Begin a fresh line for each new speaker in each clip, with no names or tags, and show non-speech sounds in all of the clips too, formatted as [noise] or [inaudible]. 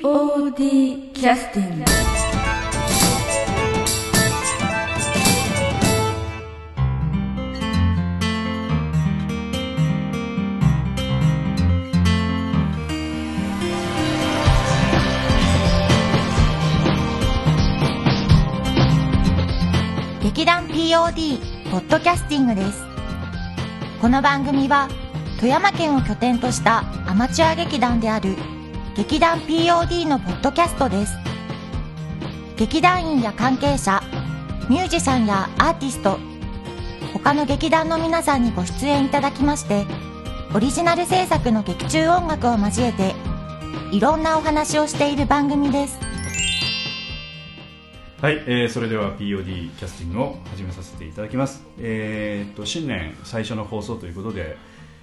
POD キャスティング
劇団 POD ポッドキャスティングですこの番組は富山県を拠点としたアマチュア劇団である劇団 POD のポッドキャストです劇団員や関係者ミュージシャンやアーティスト他の劇団の皆さんにご出演いただきましてオリジナル制作の劇中音楽を交えていろんなお話をしている番組です
はい、えーそれでは POD キャスティングを始めさせていただきます、えー、と新年最初の放送ということで、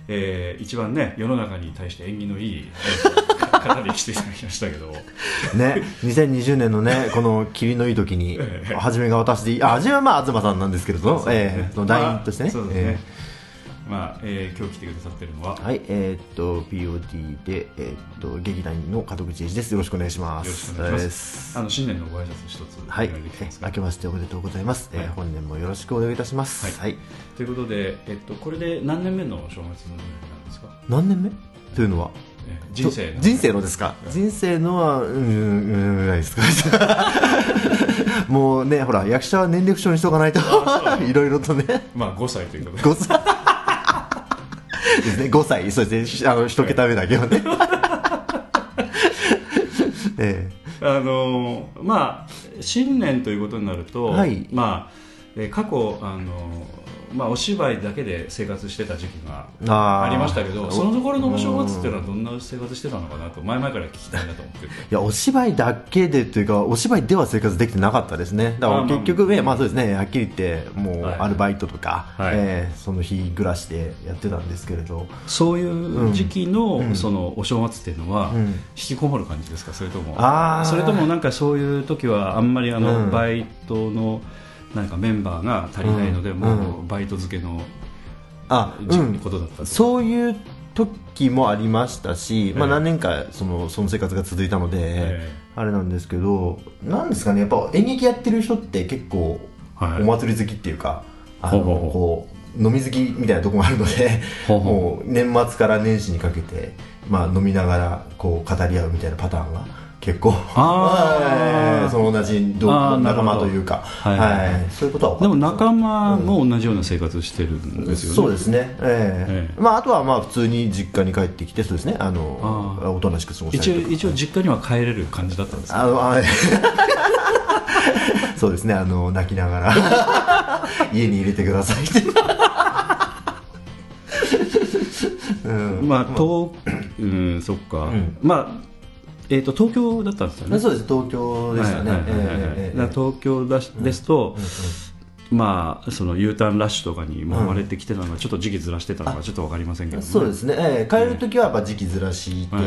えー一番ね世の中に対して縁起のいい、えー [laughs] 方に来ていただきましたけど
ね、2020年のね、この霧のいい時に
ええ、
初めが私でいい、あ、初めはまあ東さんなんですけれども、え [laughs] え、その団員としてね。
まあそうですね、まあ、えー今日来てくださってるのは、
ええはい、えーっと、POD で、えーっと、劇団員の門口英二です。よろしくお願いし
よ
ま
ろ
す。
しくお願いしま
です
すあの新年のご挨拶一つお
はい、
願いできて
え
ますか
明けましておめでとうございます。え
はい
ー本年もよろしくお願いいたします。
は
はいい。
ということで、えっと、これで何年目の正月のなんですか、
何年目というのは
えー人生
と
の
人生のですか人生のは、うん、うん、うん、ないですかもうね、ほら、役者は年齢不詳にしとかないと、いろいろとね。
まあ5歳ということで
5歳ですね5歳そうですねあの一桁目だけは [laughs] ねえ
あのーまあ新年ということになると、
はい
まあえー過去あのーまあお芝居だけで生活してた時期が
えあ
あ
ー
りましたけどそのところのお正月っていうのは
ん
どんな生活してたのかなと前々から聞きたいなと思ってて
いやお芝居だけでというかお芝居では生活できてなかったですねだか
あー
ら
まあ
結局ねまあそうですねはっきり言ってもう
はい
アルバイトとか、
はい
ええその日暮らしでやってたんですけれど、
[laughs] そういう時期の,、
ん
そのお正月っていうのは、
うん
引きこもる感じですかそれとも
あー
それともなんかそういう時はあんまりあの、
うん
バイトのなんかメンバーが足りないので、
うん
もうバイト付けの
あう
じ
ん
ことだったんですか
そういう時もありましたし、まあ、
ええ
何年かそのその生活が続いたので、
え
あれなんですけどなんですかねやっぱ演劇やってる人って結構
はい
お祭り好きっていうか、あの
ほうほう
こう飲み好きみたいなとこもあるので
[laughs] ほうほ
もう年末から年始にかけて、まあ、飲みながらこう語り合うみたいなパターンが結構
あー
ええその同じ同
あーなるほど
仲間というか、
は
はいい
はい
そういうことは多か
で
っ
も
たす
仲間も同じような生活してるんですよね。
そうですね、ええ
ええ
まあ、あとはまあ普通に実家に帰ってきて、そうですね、あの
ああ
おとなしく過ごした
一応
りとか
一応実家には帰れる感じだったんですか
あのあ [laughs] そうですね、あの泣きながら、
[laughs]
家に入れてくださいって。うん
まあ東うんそっか、
ん
まあえっ、と東京だったんですよね。
そうです東京でしたね、
はいはいはいはい
ええええ
だから東京だしですと、まあその U ターンラッシュとかにもまれてきてたのがちょっと時期ずらしてたのがちょっとわかりませんけど、ね、。
そうですすね、ええ帰る時はやっぱ時期ずらして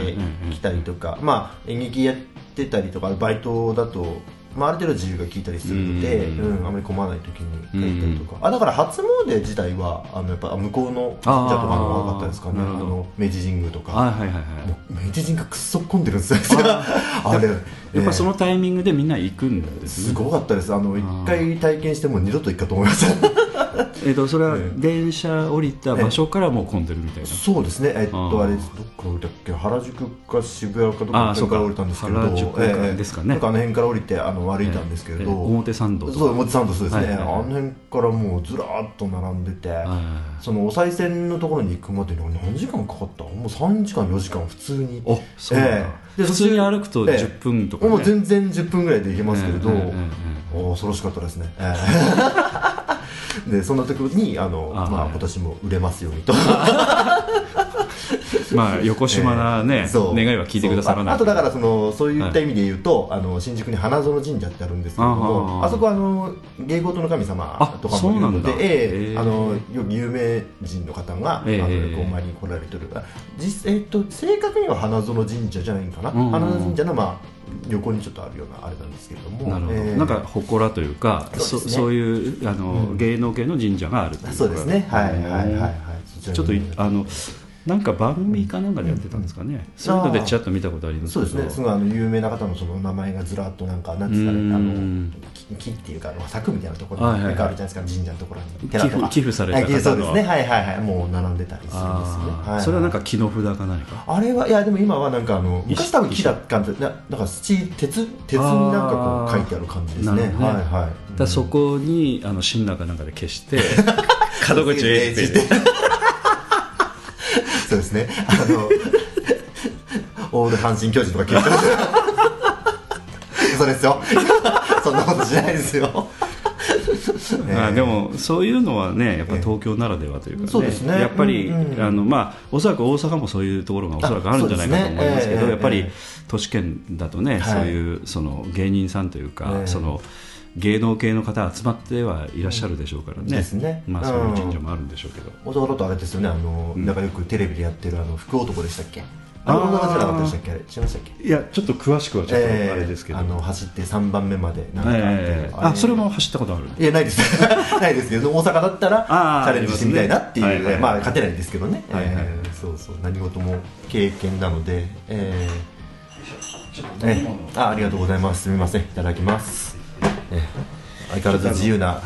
きたりとか、まあ、演劇やってたりとかバイトだと、まあ、ある程度自由が利いたりするので、
う
うんんあまり困らない時に帰ったりとか、あだから初詣自体はあのやっぱ向こうの神社とかの方が多かったですかね
あー
あ
なるほど
の明治神宮と
はい
か
はいはいはい。
もう明治神宮くっそ混んでるんですよ [laughs] あれ
やっぱそ
え
のタイミングでみんな行くんで
え
すね。
すごかったですあの一回体験してもう二度と行くかと思いました
えっ、とそれは
ええ
電車降りた場所からもう混んでるみたいな。
そうですね、えっ
あ
と、
ー
あれ、どっから降りたっけ、原宿か渋谷かどこ
あー
か
そうか
から降りたんですけど、
原宿か
ええ
ですかね
なんかあの辺から降りて、あの歩いたんですけれど、
ええ表参道とか
そう、表参道、そうですね、
はいはいはい
あの辺からもうずらーっと並んでて、
あ
そのお賽銭のところに行くまでに、何時間かかったもう3時間、4時間、普通に。
あそうなんだ、
ええで
普通に歩くと
え
10
え
分とか、ね
もう全然10分ぐらいで行けますけれど、
えええええ
おー恐ろしかったですね。ええでそんな時にあの
あー
まあ、
はい
今年も売れますようにと
えまあ横島なね、
そう
願いは聞いてくださら
そう
ない
ああとだからそのそういった意味で言うと、あの新宿に花園神社ってあるんですけれど
あ
も
は
あそこはあの芸事の神様とか
あそう
もい
な
る
ん
の
だ
でえ
へ
え
え
あのよく有名人の方が、
ええ
あのよくお参りに来られてる実、えっと正確には花園神社じゃないかな、
うんうん
花園神社の、まあ、横にちょっとあるようなあれなんですけれども
なるほど、
ええ
なんか祠というかそ
そううですね
そういうあの、芸能系の神社があるっていう
そうですねはいはいはいはい
ちょっといあのなんか番組かなんかでやってたんですかね、そういうのでちらっと見たことあります
そうですねすごいあの有名な方のその名前がずらっとなんか何ですか
うん
ねあの木木っていうかあの柵みたいなところ
はい
に
はいはい
なんかあるじゃないですか神社のところに
寄付
寺とか
寄付された方の
はいそうですねはいはいはいもう並んでたりするんですよね
あー
いい
それはなんか木の札か何か
あれはいやでも今はなんかあの昔多分木だったんでななんか土鉄鉄になんかこう書いてある感じですね
あーなるほどね
はい
だ
はい
からそこにあの新中なんかで消して角口へって
そうそうですねあのオール阪神巨人とか聞いてました嘘ですよそんなことしないですよね
[laughs] あーでもそういうのはねやっぱ東京ならではというかね,、
ええそうですね
やっぱり、
うんうん
あのまあ、おそらく大阪もそういうところがおそらくあるんじゃないかと思いますけど
あそうですねええ
やっぱ
え
り
え
都市圏だとね、
はい
そういうその芸人さんというか、
ええ
その芸能系の方集まってはいらっしゃるでしょうからね,、
ですね
まあ、そういう近所もあるんでしょうけど、
大阪だとあれですよねあの、
うん
なんかよくテレビでやってるあの福男でしたっけ
あ
あ
ー
れ大阪じゃなかったでしたっけあれ違いましたっけ
いやちょっと詳しくはちょっとあ
ええ
れですけど、
あの走って3番目までなんかあって、
ええあそれも走ったことある
いやないです [laughs] ないですけど大阪だったらチ
あー
ャレンジしてみたいなっていう
ありますねはいはいはい
まあ勝てないんですけどね、
はいはいはい
えーそうそう何事も経験なので、えーえーあありがとうございますすみませんいただきます、えー相変わらず自由な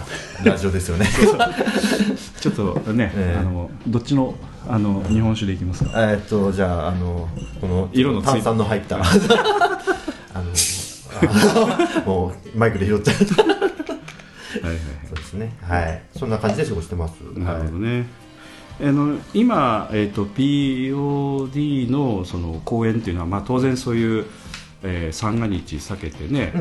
ラジオですよ
[laughs]
ね
ちょっとね、
[laughs] ええ
あのどっちのあの日本酒でいきますか
[laughs] えーっとじゃああのこの
色のつい
炭酸の入った
[laughs]
あのあのもうマイクで拾っちゃったそ
は
う
いはい
ですねはいそんな感じで過ごしてます
なるほど
はい
ね、あの今、えー、と POD のその公演っていうのは、まあ、当然そういう、えー三が日避けてね、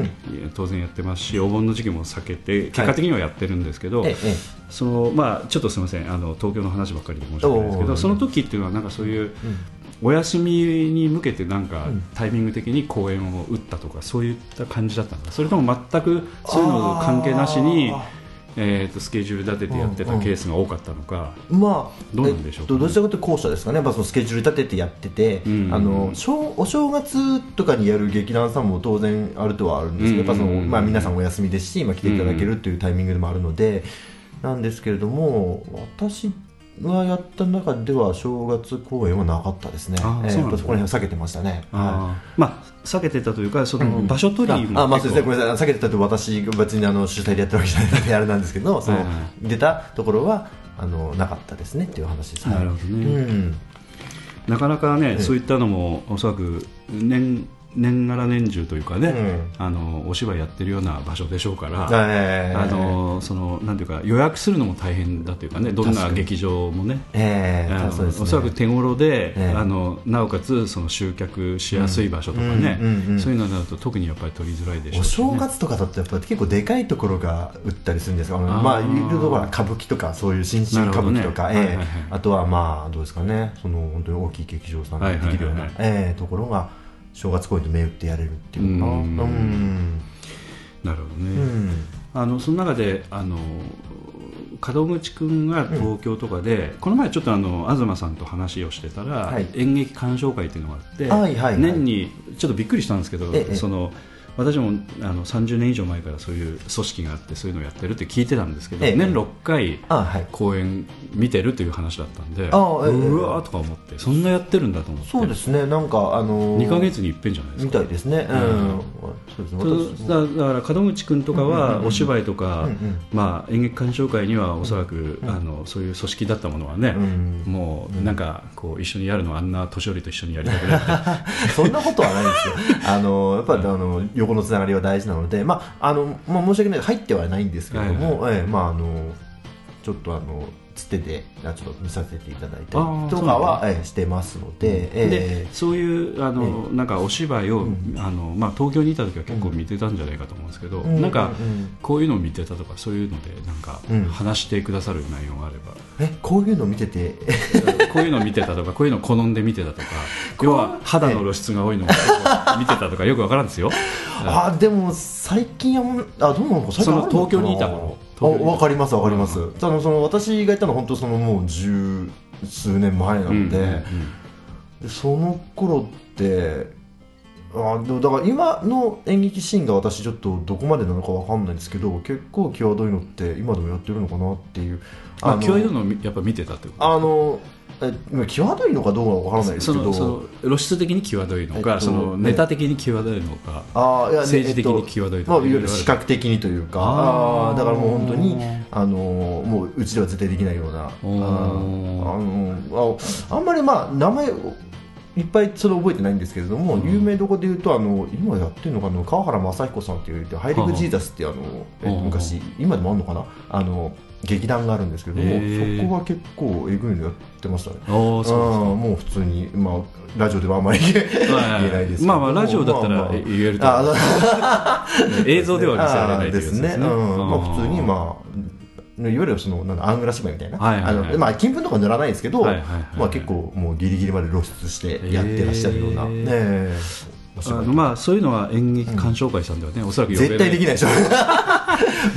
当然やってますしお盆の時期も避けて結果的にはやってるんですけど、
ええええ
そのまあ、ちょっとすみませんあの東京の話ばっかりで申し訳ないですけ
お
ど
ー
その時っていうのはなんかそういう、お休みに向けてなんかタイミング的に公演を打ったとかそういった感じだったのかそれとも全くそういうの関係なしに
あー、
えー、とスケジュール立ててやってたケースが多かったのか、
まあ、
どうなんでしょうかね
えっとどちらかというと後者ですかね、まあ、そのスケジュール立ててやってて、
うん
あの正お正月とかにやる劇団さんも当然あるとはあるんですけど、
うん
やっぱそのまあ、皆さんお休みですし、今来ていただけるというタイミングでもあるので、なんですけれども、私がやった中では、正月公演はなかったですね、
あー
えー
そうなんだ
そこら辺は避けてましたね。はい
あーまあ避けてたというかその場所取りも
ああまあそうですねご
結
めんなさい避けてたって私が別にあの主催でやってるわけじゃないのであれなんですけどその、
はいは
出たところはあのなかったですねっていう話です
構なるほどね、
うん
なかなかね、そういったのもおそらく年年がら年中というかね、
うん
あのお芝居やってるような場所でしょうから、
えー
あのそのなんていうか予約するのも大変だというかねどんな劇場もね。
え
あ
ー
の
そうですね
おそらく手頃で、
ええ
あのなおかつその集客しやすい場所とかね、
うんうんうん
そういうのになると特にやっぱり取りづらいでしょ
お
うしね、
正月とかだとやっぱり結構でかいところが売ったりするんですが、あの
あー
まあいろいろほら歌舞伎とかそういう新進歌舞伎と
な
か、
るほどね
え
はいは
え
いはい
あとはまあどうですかねその本当に大きい劇場さんができるような、
はいはい
ええところが正月公演と銘打ってやれるっていうのかな
うん
うん
なるほど
う
ね、
ん
あのその中であの門口君が東京とかで、この前ちょっとあの東さんと話をしてたら、
はい
演劇鑑賞会っていうのがあって、
はいはいはい
年にちょっとびっくりしたんですけど、
ええ
その私もあの30年以上前からそういう組織があってそういうのをやってるって聞いてたんですけど、
ええ
年6回
あはい
公演見てるという話だったんで、
あええ
うわーとか思ってそんなやってるんだと思って
そうですね、なんか、あのー、
2か月に一遍じゃないです
み
か
たいですね、うん、
うん
そうですね、私
だだから門口君とかはお芝居とか
うんうん
まあ演劇鑑賞会にはおそらくあのそういう組織だったものはね
ん
もうなんかこう一緒にやるのあんな年寄りと一緒にやりたくないって
そんなことはない
[laughs]
ですよ、あのやっぱり、あの横のつながりは大事なので、まああのまあ、申し訳ない、入ってはないんですけれども、ええまあ、あのちょっとあのつてで、あちょっと見させていただいた
あ
り
ー
とかは、ええしてますので、 [laughs] え
でそういうあのなんかお芝居をあのまあ東京にいた時は結構見てたんじゃないかと思うんですけど
えうん
なんか
うんうん
こういうのを見てたとかそういうのでなんか
うん
話してくださる内容があれば [laughs]
えこういうの見てて、
こういうの見てたとかこういうの好んで見てたとか要は肌の露出が多いのを結構見てたとかよくわからんですよ。
あーでも最近はもうあどうなのか最近あ
その
るのかな
東京にいた頃
あ
東京にいた頃
わかりますわかります、あのその私がいたの本当そのもう十数年前なので、
うんうんうん
でその頃ってあーでもだから今の演劇シーンが私ちょっとどこまでなのかわかんないんですけど結構際どいのって今でもやってるのかなっていう
まあ、
の
際どいのをみやっぱ見てたってこと
あのえ際どいのかどうかわからないです
そ
け
のそ
ど
の露出的に際どいのか、
えっと
そのネタ的に際どいのか、
あーいやね
政治的に
えっ
際どいとか
まあ、いわゆ
いろい
る
ろある
視覚的にというか
あー
あーだからもう本当にあのーもううちでは絶対できないようなあ
おー
ーあのーああんまりまあ名前をいっぱいそれ覚えてないんですけれども、有名どこで言うとあの今やってるのかな川原雅彦さんっていうハイレグジーザスっていうあの、え
うん
昔今でもあるのかなあの劇団があるんですけれど
へ
も
ー
そこは結構えぐいのやってましたね。
おーそう
あーもう普通に、まあ、ラジオではあんまり言えないですけど
まあまあラジオだった
まあ
ら
まあ
え言えると
あ
思う
あ
映像では見せられない
あ
と
ーで
いうや
す
つで
ね
す
うん
ね
ま
う
あ
ん
普通にまあいわゆるそのなんだアングラ芝居みたいな、
はいはいはい
あのまあ、金粉とか塗らないですけど、
はいはいはい
まあ、結構もうギリギリまで露出してやってらっしゃるような、
へー
ねえお
あ
芝居
のまあそういうのは演劇鑑賞会さんではね、おそらく呼べ
絶対できないでしょ
[laughs]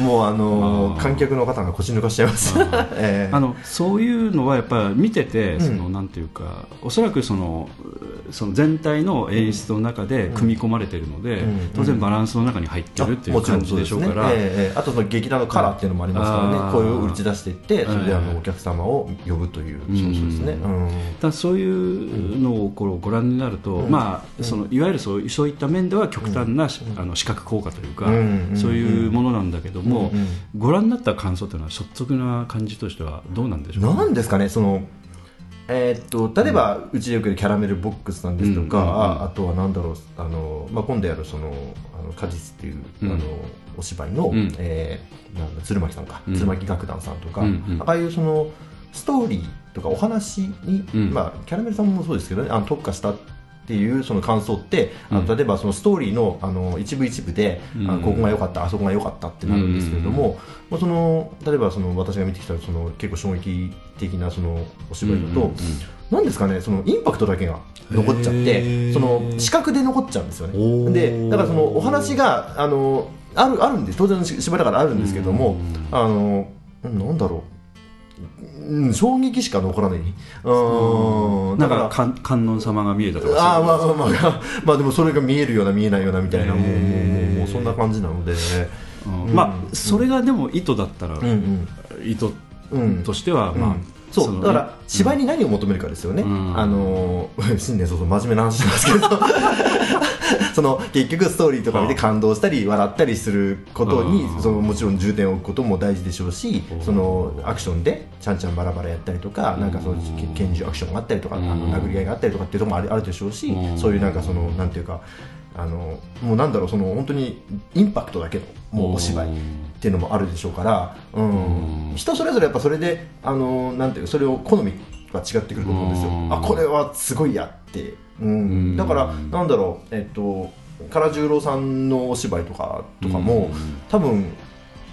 もうあの
あー
観客の方が腰抜かしちゃいます、 [laughs] ええ
あのそういうのはやっぱり見てて
ん
その、なんていうかおそらくそのうその全体の演出の中で組み込まれてるので、
うん
当然バランスの中に入ってるってい
あ
う
もちろ
感
ん
じ
そう
ですしょう
ね
から。
ええええあとその劇団のカラーっていうのもありますから
あー
ね、こういう打ち出していって、それであ
はい
のお客様を呼ぶという、そうそうですね、うん
ただそういうのをこうご覧になると、まあ、そのいわゆるそうそういった面では極端な、あの視覚効果というか、
うん
そういうものなんだけども、
うん
ご覧になった感想というのは率直な感じとしてはどうなんでしょうか、
なんですかね、その、えーっと例えば、うちでよくキャラメルボックスなんですとか、
うんうんうん
ああとはなんだろう、あのまあ、今度やるそのあの果実っていう、
うん
あのお芝居の、
ん
えーなんだ鶴巻さんか、
うん
鶴巻楽団さんとか、
うんうん
ああいうそのストーリーとかお話に、
うん
まあ、キャラメルさんもそうですけどね、あの特化した。っていうその感想って、あ
う
の例えばそのストーリーのあの一部一部で、あ
うん
のここが良かったあそこが良かったってなるんですけれども、まあ、その例えばその私が見てきたその結構衝撃的なそのお芝居
う
だと、
んうんうん
なんですかねそのインパクトだけが残っちゃっ
へ
て
ー
その視覚で残っちゃうんですよ
おー
ねでだからそのお話があのあるあるんです当然し芝居だからあるんですけども、あのなんだろう、うん、衝撃しか残らないうん
な
だ
ん
から
か観観音様が見えたとか
あー
そういう
まあまあまあまあ [laughs] まあでもそれが見えるような見えないようなみたいなもうもうもうもうそんな感じなので、
うんまあそれがでも意図だったら、
うん
意図
うんうん、
としては、まあ
うんそう
の
だから芝居に何を求めるかですよね、
うん
あのー [laughs] 新年早々真面目な話しますけど [laughs] その結局ストーリーとか見て感動したり笑ったりすることに
うん
そのもちろん重点を置くことも大事でしょうし
うん
そのアクションでちゃんちゃんバラバラやったりとかなんかそのけ拳銃アクションがあったりとかあ
うん
の殴り合いがあったりとかっていうところもあるあるでしょうし
うん
そういうなんかそのなんていうかあのもうなんだろうその本当にインパクトだけのもうお芝居っていうのもあるでしょうから、うん
うん
人それぞれやっぱそれで、あのーなんていうかそれを好みは違ってくると思うんですよ、
うん
あこれはすごいやって、うん
うん
だからなんだろうえっと唐十郎さんのお芝居とかとかも、
うん
多分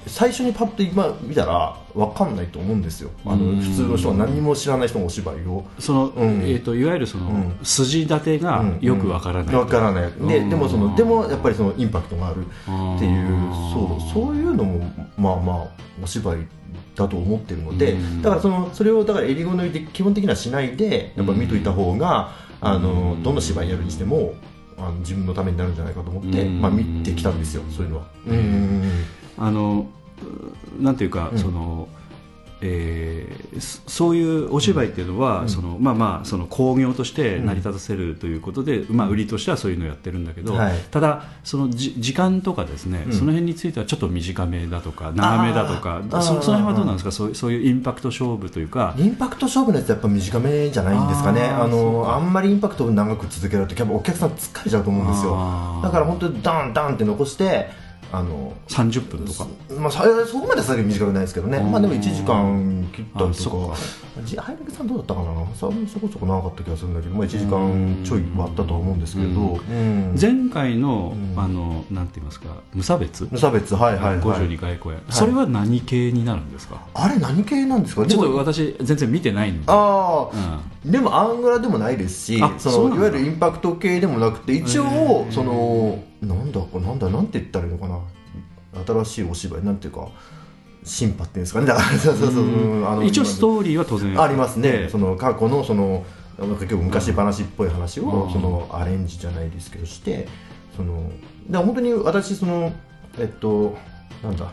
最初にパッと今見たら分かんないと思うんですよあ
う
の
ん
普通の人は何も知らない人のお芝居を。
その、
うん
えー、といわゆるその、
うん
筋立てがよくわからない、
わからないで
うん
でもそのでもやっぱりそのインパクトがある
うん
っていうそうそういうのもまあまあお芝居だと思ってるので、
うん
だからそのそれをだから襟好みで基本的にはしないでやっぱ見といた方が、あのどの芝居やるにしてもあの自分のためになるんじゃないかと思って、
うん
まあ、見てきたんですよそういうのは。うん
あのうなんていうか、
うん
そのえーそそういうお芝居っていうのは、
うん
そのまあまあその興行として成り立たせるということで、まあ売りとしてはそういうのをやってるんだけど、
はい
ただそのじ時間とかですね、
うん
その辺についてはちょっと短めだとか長めだとか
あー
そ
あー
その辺はどうなんですかそうそういうインパクト勝負というか、
インパクト勝負のやつやっぱ短めじゃないんですかね
あー
あ
そう
の
か
あんまりインパクトを長く続けるとやっぱお客さん疲れちゃうと思うんですよ
あー
だから本当にダンダンって残してあの
30分とか。
まあ、さそこまで最近短くないですけどね、
うん
まあ、でも1時間切った
あ
りと
そ
かじハイレグさんどうだったかなそそこそこ長かった気がするんだけど、まあ、1時間ちょいはあったとは思うんですけど、うん
前回の,、
うん
あのなんて言いますか無差別、
無差別はいはいはい
52回公演、それは何系になるんですか、
あれ何系なんですか
ちょっ
で
と
も
私全然見てないので
ああ
うん
でもアングラでもないですし
あ
そ
そう
の
なんだ
いわゆるインパクト系でもなくて一応そのなんだこれなんだなんて言ったらいいのかな新しいお芝居なんていうか進化っていうんですかねだ [laughs] からそうそうそううんあの
一応
今
ストーリーは当然
ありますね、
で
その過去のそのなんか結構昔話っぽい話を、
うん
そのアレンジじゃないですけどしてそのだから本当に私そのえっとなんだ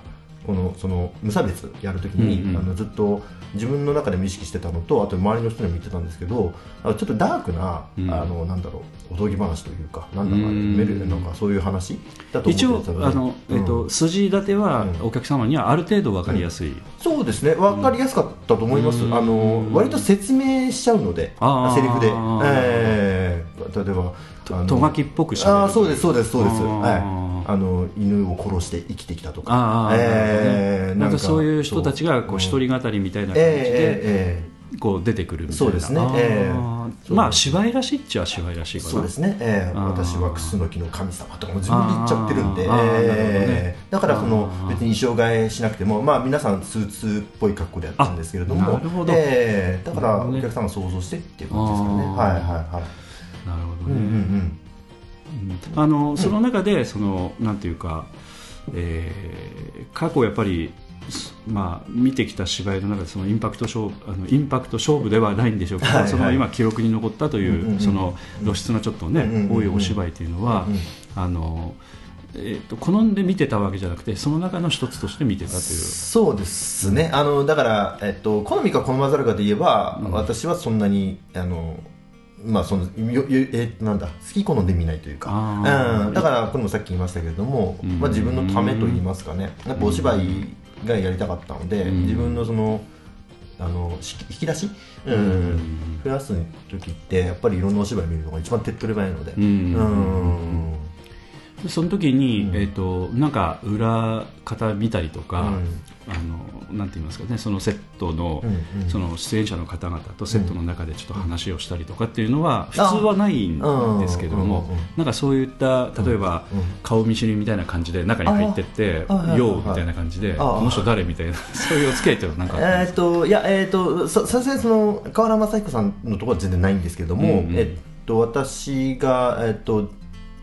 このその無差別やるときに、
うんうん
あのずっと自分の中でも意識してたのとあと周りの人にも言ってたんですけどあのちょっとダークな、
うん
あのなんだろうおとぎ話というかなんだか
うん
メルなんかそういう話だと思って
一
た
応
ので
あの、えっ
う
と
ん
筋立ては
うん
お客様にはある程度わかりやすい、
そうですね分かりやすかったと思います、
うん
あの割と説明しちゃうので
あー
セリフで、えー例えばあ
と
の
とがきっぽくしゃべる
ああそうですそうですそうです
あー
はいあの犬を殺して生きてきたとか
ああ、
え
なるほどね
ー
な
なん
か
んか
そういう人たちがこう
そ
一
う
人語りみたいな感じで
えーえーえ
こう出てくるみたいな
そうですね
あー
ええ
まあ芝居らしいっちゃ芝居らしい
ー
かな
そうですね、えー
あー
私はクスノキの神様とかも自分で言っちゃってるんで、
あーあー
えーだからその
あー
別に衣装替えしなくても、まあ、皆さんスーツっぽい格好でやったんですけれども
あなるほど
えーだか
なる
ら
ほどね
お客さんが想像してっていう感じですからね
あー
はいはいはい、
なるほど
うん
ね、
うんうん、
あのその中でそのなんていうか、えー過去やっぱりすまあ見てきた芝居の中でそのインパクト勝負あのインパクト勝負ではないんでしょうけど、
はいはい
その今記録に残ったとい
うんうんう
うんその露出のちょっとね、
うんうんうん
多いお芝居というのは、
うん
あの。えー、と好んで見てたわけじゃなくてその中の一つとして見てたという
そうですね、あのだから、えっと、好みか好まざるかで言えば、
うん
私はそんなにあの、まあ、そのよよえなんだ好き好んで見ないという
あ
か
ー、
うん、だからこれもさっき言いましたけれども、
うん
まあ、自分のためと言いますかねやっぱお芝居がやりたかったので、
うん
自分のそのあのし引き出し、うん
うん
増やす時ってやっぱりいろんなお芝居見るのが一番手っ取り早いので。
うん
うん
でその時に、
うん
えー、となんか裏方見たりとか、あのなんて言いますかねそのセットの、
うんうん
その出演者の方々とセットの中でちょっと話をしたりとかっていうのは普通はないんですけれど
う
も
んうんうん
なんかそういった例えば
うん
顔見知りみたいな感じで中に入ってって
あ
「
あ
よう」みたいな感じで「
ああ
この人誰?」みたいなそういうお付き合いっていうのはなんかあったん
え
です
ーっ
か
といやえーっとささすがにその河原雅彦さんのところは全然ないんですけども、
うんうん
えっと私がえっと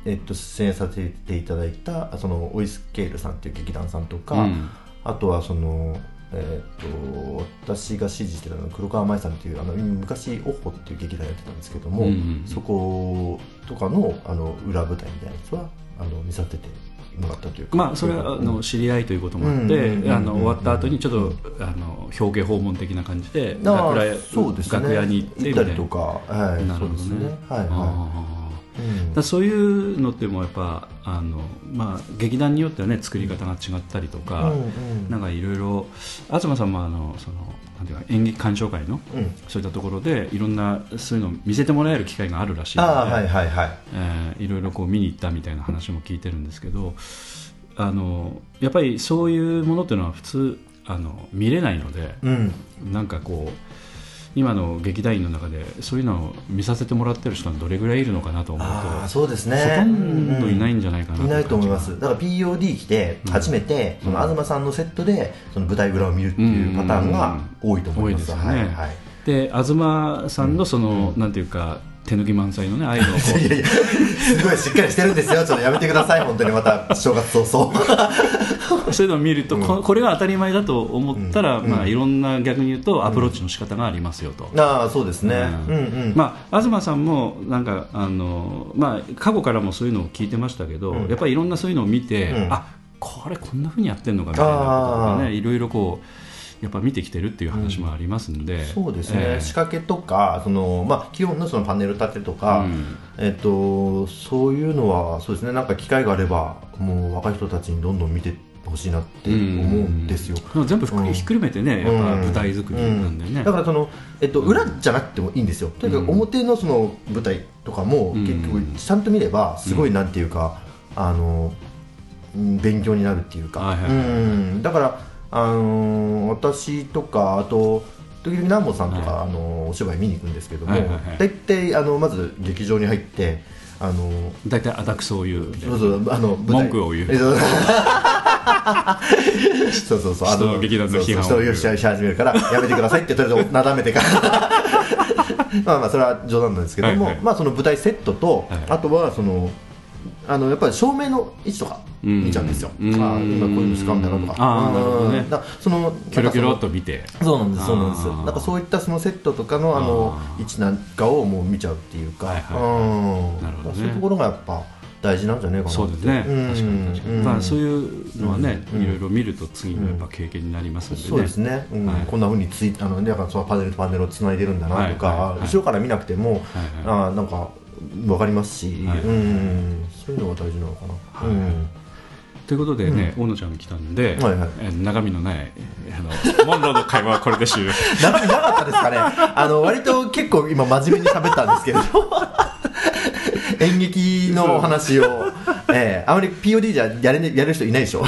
えっと出演させていただいたそのオイスケールさんっていう劇団さんとか、
うん
あとはそのえーっと私が支持してたのは黒川舞さんっていうあの昔オッホっていう劇団やってたんですけども、
うんうん
そことかのあの裏舞台みたいなやつはあの見させてもらったというか
まあ、それはあの知り合いということもあって
うん
あの終わった後にちょっとあの表敬訪問的な感じで
あー
楽屋
そうですね
楽屋に行ってみ
行
たい
った
な
りとか、はい、
なるほど
そうです
ね
ね。はいは
あー
い。
だからそういうのってもうやっぱあの、まあ、劇団によってはね作り方が違ったりとか、
うん
なんかいろいろ東さんもあのそのなんていうか演劇鑑賞会の
うん
そういったところでいろんなそういうのを見せてもらえる機会があるらしいので
ああはいはいはい。
えーいろいろこう見に行ったみたいな話も聞いてるんですけどあのやっぱりそういうものっていうのは普通あの見れないので、
うん。
なんかこう今の劇団員の中でそういうのを見させてもらってる人はどれぐらいいるのかなと思うと。
ああそうですね。
ほとんどいない
うん
んじゃないかな、
いないと思います。だから POD 来て
うん
初めてその東さんのセットでその舞台裏を見るっていうパターンが多いと思います。
うん
は
多い
い
ですよね
はい。
で東さんのその、なんていうか手抜き満載のね愛のこう
いやいやすごいしっかりしてるんですよ。ちょっとやめてください本当にまた正月早
[laughs]
々。[laughs]
そういうのを見ると、
うん
ここれが当たり前だと思ったら、
うん
まあ、
うん
いろんな逆に言うとアプローチの仕方がありますよと。
ああそうですね。
う
うんんうん。
まあ、東さんもなんかあの、まあ、過去からもそういうのを聞いてましたけど、
うん
やっぱりいろんなそういうのを見て、
うん
あこれこんなふうにやってんのかみたいなこととか
あ
ねいろいろこうやっぱ見てきてるっていう話もありますんで、
そうですね、
ええ
仕掛けとかその、まあ、基本のそのパネル立てとか、
うん
えっと、そういうのはそうですねなんか機会があればもう若い人たちにどんどん見てほしいなって思うんですよ。
うん全部ふく
うん
ひっくるめてね、やっぱ舞台作りなんだよね、
うだからその、えっと、裏じゃなくてもいいんですよ、とにかく表のその舞台とかも、
うん
結局ちゃんと見ればすごいなんていうか、あのうん勉強になるっていうか、
はいはいはい
うんだから、あのー私とかあと時々南本さんとか、あのーお芝居見に行くんですけども、
はいはいはい
大体あのまず劇場に入ってあのー
大体あたくそういう
そうそうあの舞台
文句を言う
えそうそうそうそうあ
人の劇団の批判を
そうそう人を批判し始めるからやめてくださいってとりあえずなだめてから [laughs] まあまあそれは冗談なんですけども、
はいはい
まあその舞台セットと、
はい
あとはそのあのやっぱり照明の位置とか見ちゃうんですよ、
うん
ああ今こういうの使うんだなとか
あーなるほどね
うんだからその
キョロキョ
な
ロっ
んかその
と見て
そうなんです
あー
そうなんですなんかそういったそのセットとかのあの
あー
位置なんかをもう見ちゃうっていうか、
はいはい
うん
なるほどね
そういうところがやっぱ大事なんじゃねえかな
そうですね、
うん
確かに確かに、
うん
まあ、そういうのはね、
うん
いろいろ見ると次のやっぱ経験になりますんでね、
そうですね、うん
はい
こんなふうについあの、ね、だからそのパネルとパネルをつないでるんだなとか、
はいはいはい
後ろから見なくても、
はいは
あーなんか分かりますし、
はい
うん、そういうのが大事なのかな。
い
うん
い、ということでね、大野ちゃんが来たんで、
はいはい
えー中身のないあのモンローの会話はこれで終
[laughs]
了
中身なかったですかねあの割と結構今真面目に喋ったんですけれど演劇のお話を、ええあまり POD じゃやれ、ね、やる人いないでしょ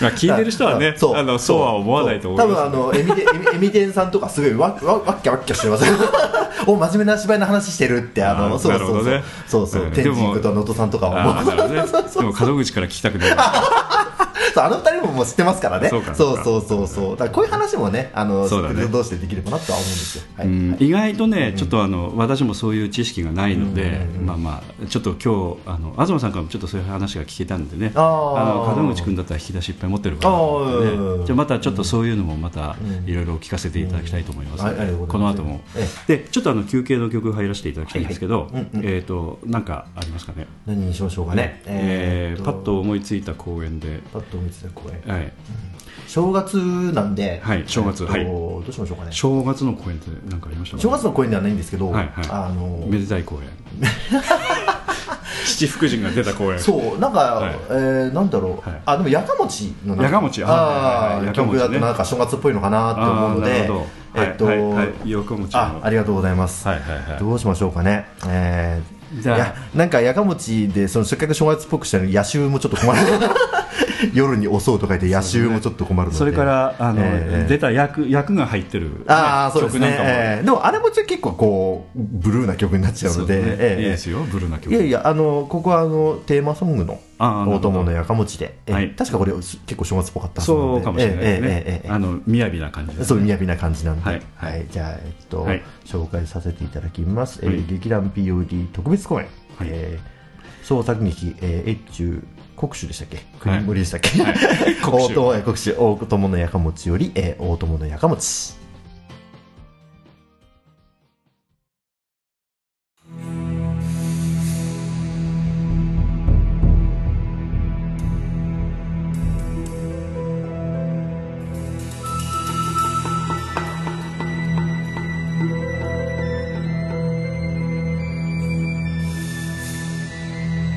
まあ聞いてる人はね
[laughs] そう
あのそうは思わないと思い
多
ます
分あのエミデエミエミデンさんとかすごいわわわっきゃわっきゃしてます [laughs] お真面目な芝居の話してるってあの
あー
そ
な
うそうそう、
る
そう
ほどね
そう
うん
天
でも
神君と能登さんとかはもう
あーなるほどねでも角口から聞きたくない
[laughs] そうあの二人ももう知ってますからね
そうか
そ
そううか
そうそうそうだからこういう話もねあの
そうだね
どうしてできればなとは思うんですよ、はい
うん意外とね、ちょっとあの私もそういう知識がないので、
うんうんうん
まあまあ、ちょっと今日あの東さんからもちょっとそういう話が聞けたんでね、
あー
の門口君だったら引き出しいっぱい持ってるから、
あー
ね、じゃあまたちょっとそういうのもまた
うん
いろいろ聞かせていただきたいと思いますの
うん
で、
はいありがとうご
こ
ざ
の後
います
も、
え
でちょっとあの休憩の曲入らせていただきたいんですけど、
はいはいうんうん
えっ、となんかありますかね、
何にしましょうかね
えー
ー
パッと思いついた公演で、
パッと見てたこれ
はい、
正月なんで、
はい正月
えっと
はい
どうしましょうかね
正月の公演って何かありましたか
正月の公演ではないんですけど、
はいはい
あの
めでたい公演七福神が出た公演
そうなんか、
はい
えーなんだろう、
はい
あでもやかもちの
やかもちあー
あ
はいはい
ー
はい
曲だと
やかもちね
なんか正月っぽいのかなと思うの
あー
で
なるほど
えっと、
はいはいはいよくもちの
あありがとうございます、
はいはいはい
どうしましょうかねえー
じゃあ
いやなんかやかもちでそのせっかく正月っぽくしたのに夜襲もちょっと困る夜に襲うと書いて夜襲もちょっと困るので
それからあの、
えー
出た役役が入ってる、ね
ああ、そうです
曲
ね。
なんかも、
えーでも、あれもちょっと結構こう、ブルーな曲になっちゃう
そ
の
うだ
で、
ね
ええ
いいですよブルーな曲
いやいや、あの、ここはあの、テーマソングの、
ああなる
大
ほど
友のやかもちで、ええ
はい
確かこれ結構正月っぽかったはずなの
そ
で
うかもしれないですね、
ええええええええ
あの雅な感じです
そう、雅な感じなんで、は
はいい、はい
じゃあ、えっと、
はい
紹介させていただきます。え
は
ー
い
劇団 POD 特別公演、
はい
えー創作劇、えー、越中国主でしたっけ国盛りでしたっけ、
はい国
[laughs] 大
主
友えー国主、大友のやかもちより、えー大友のやかもち。
「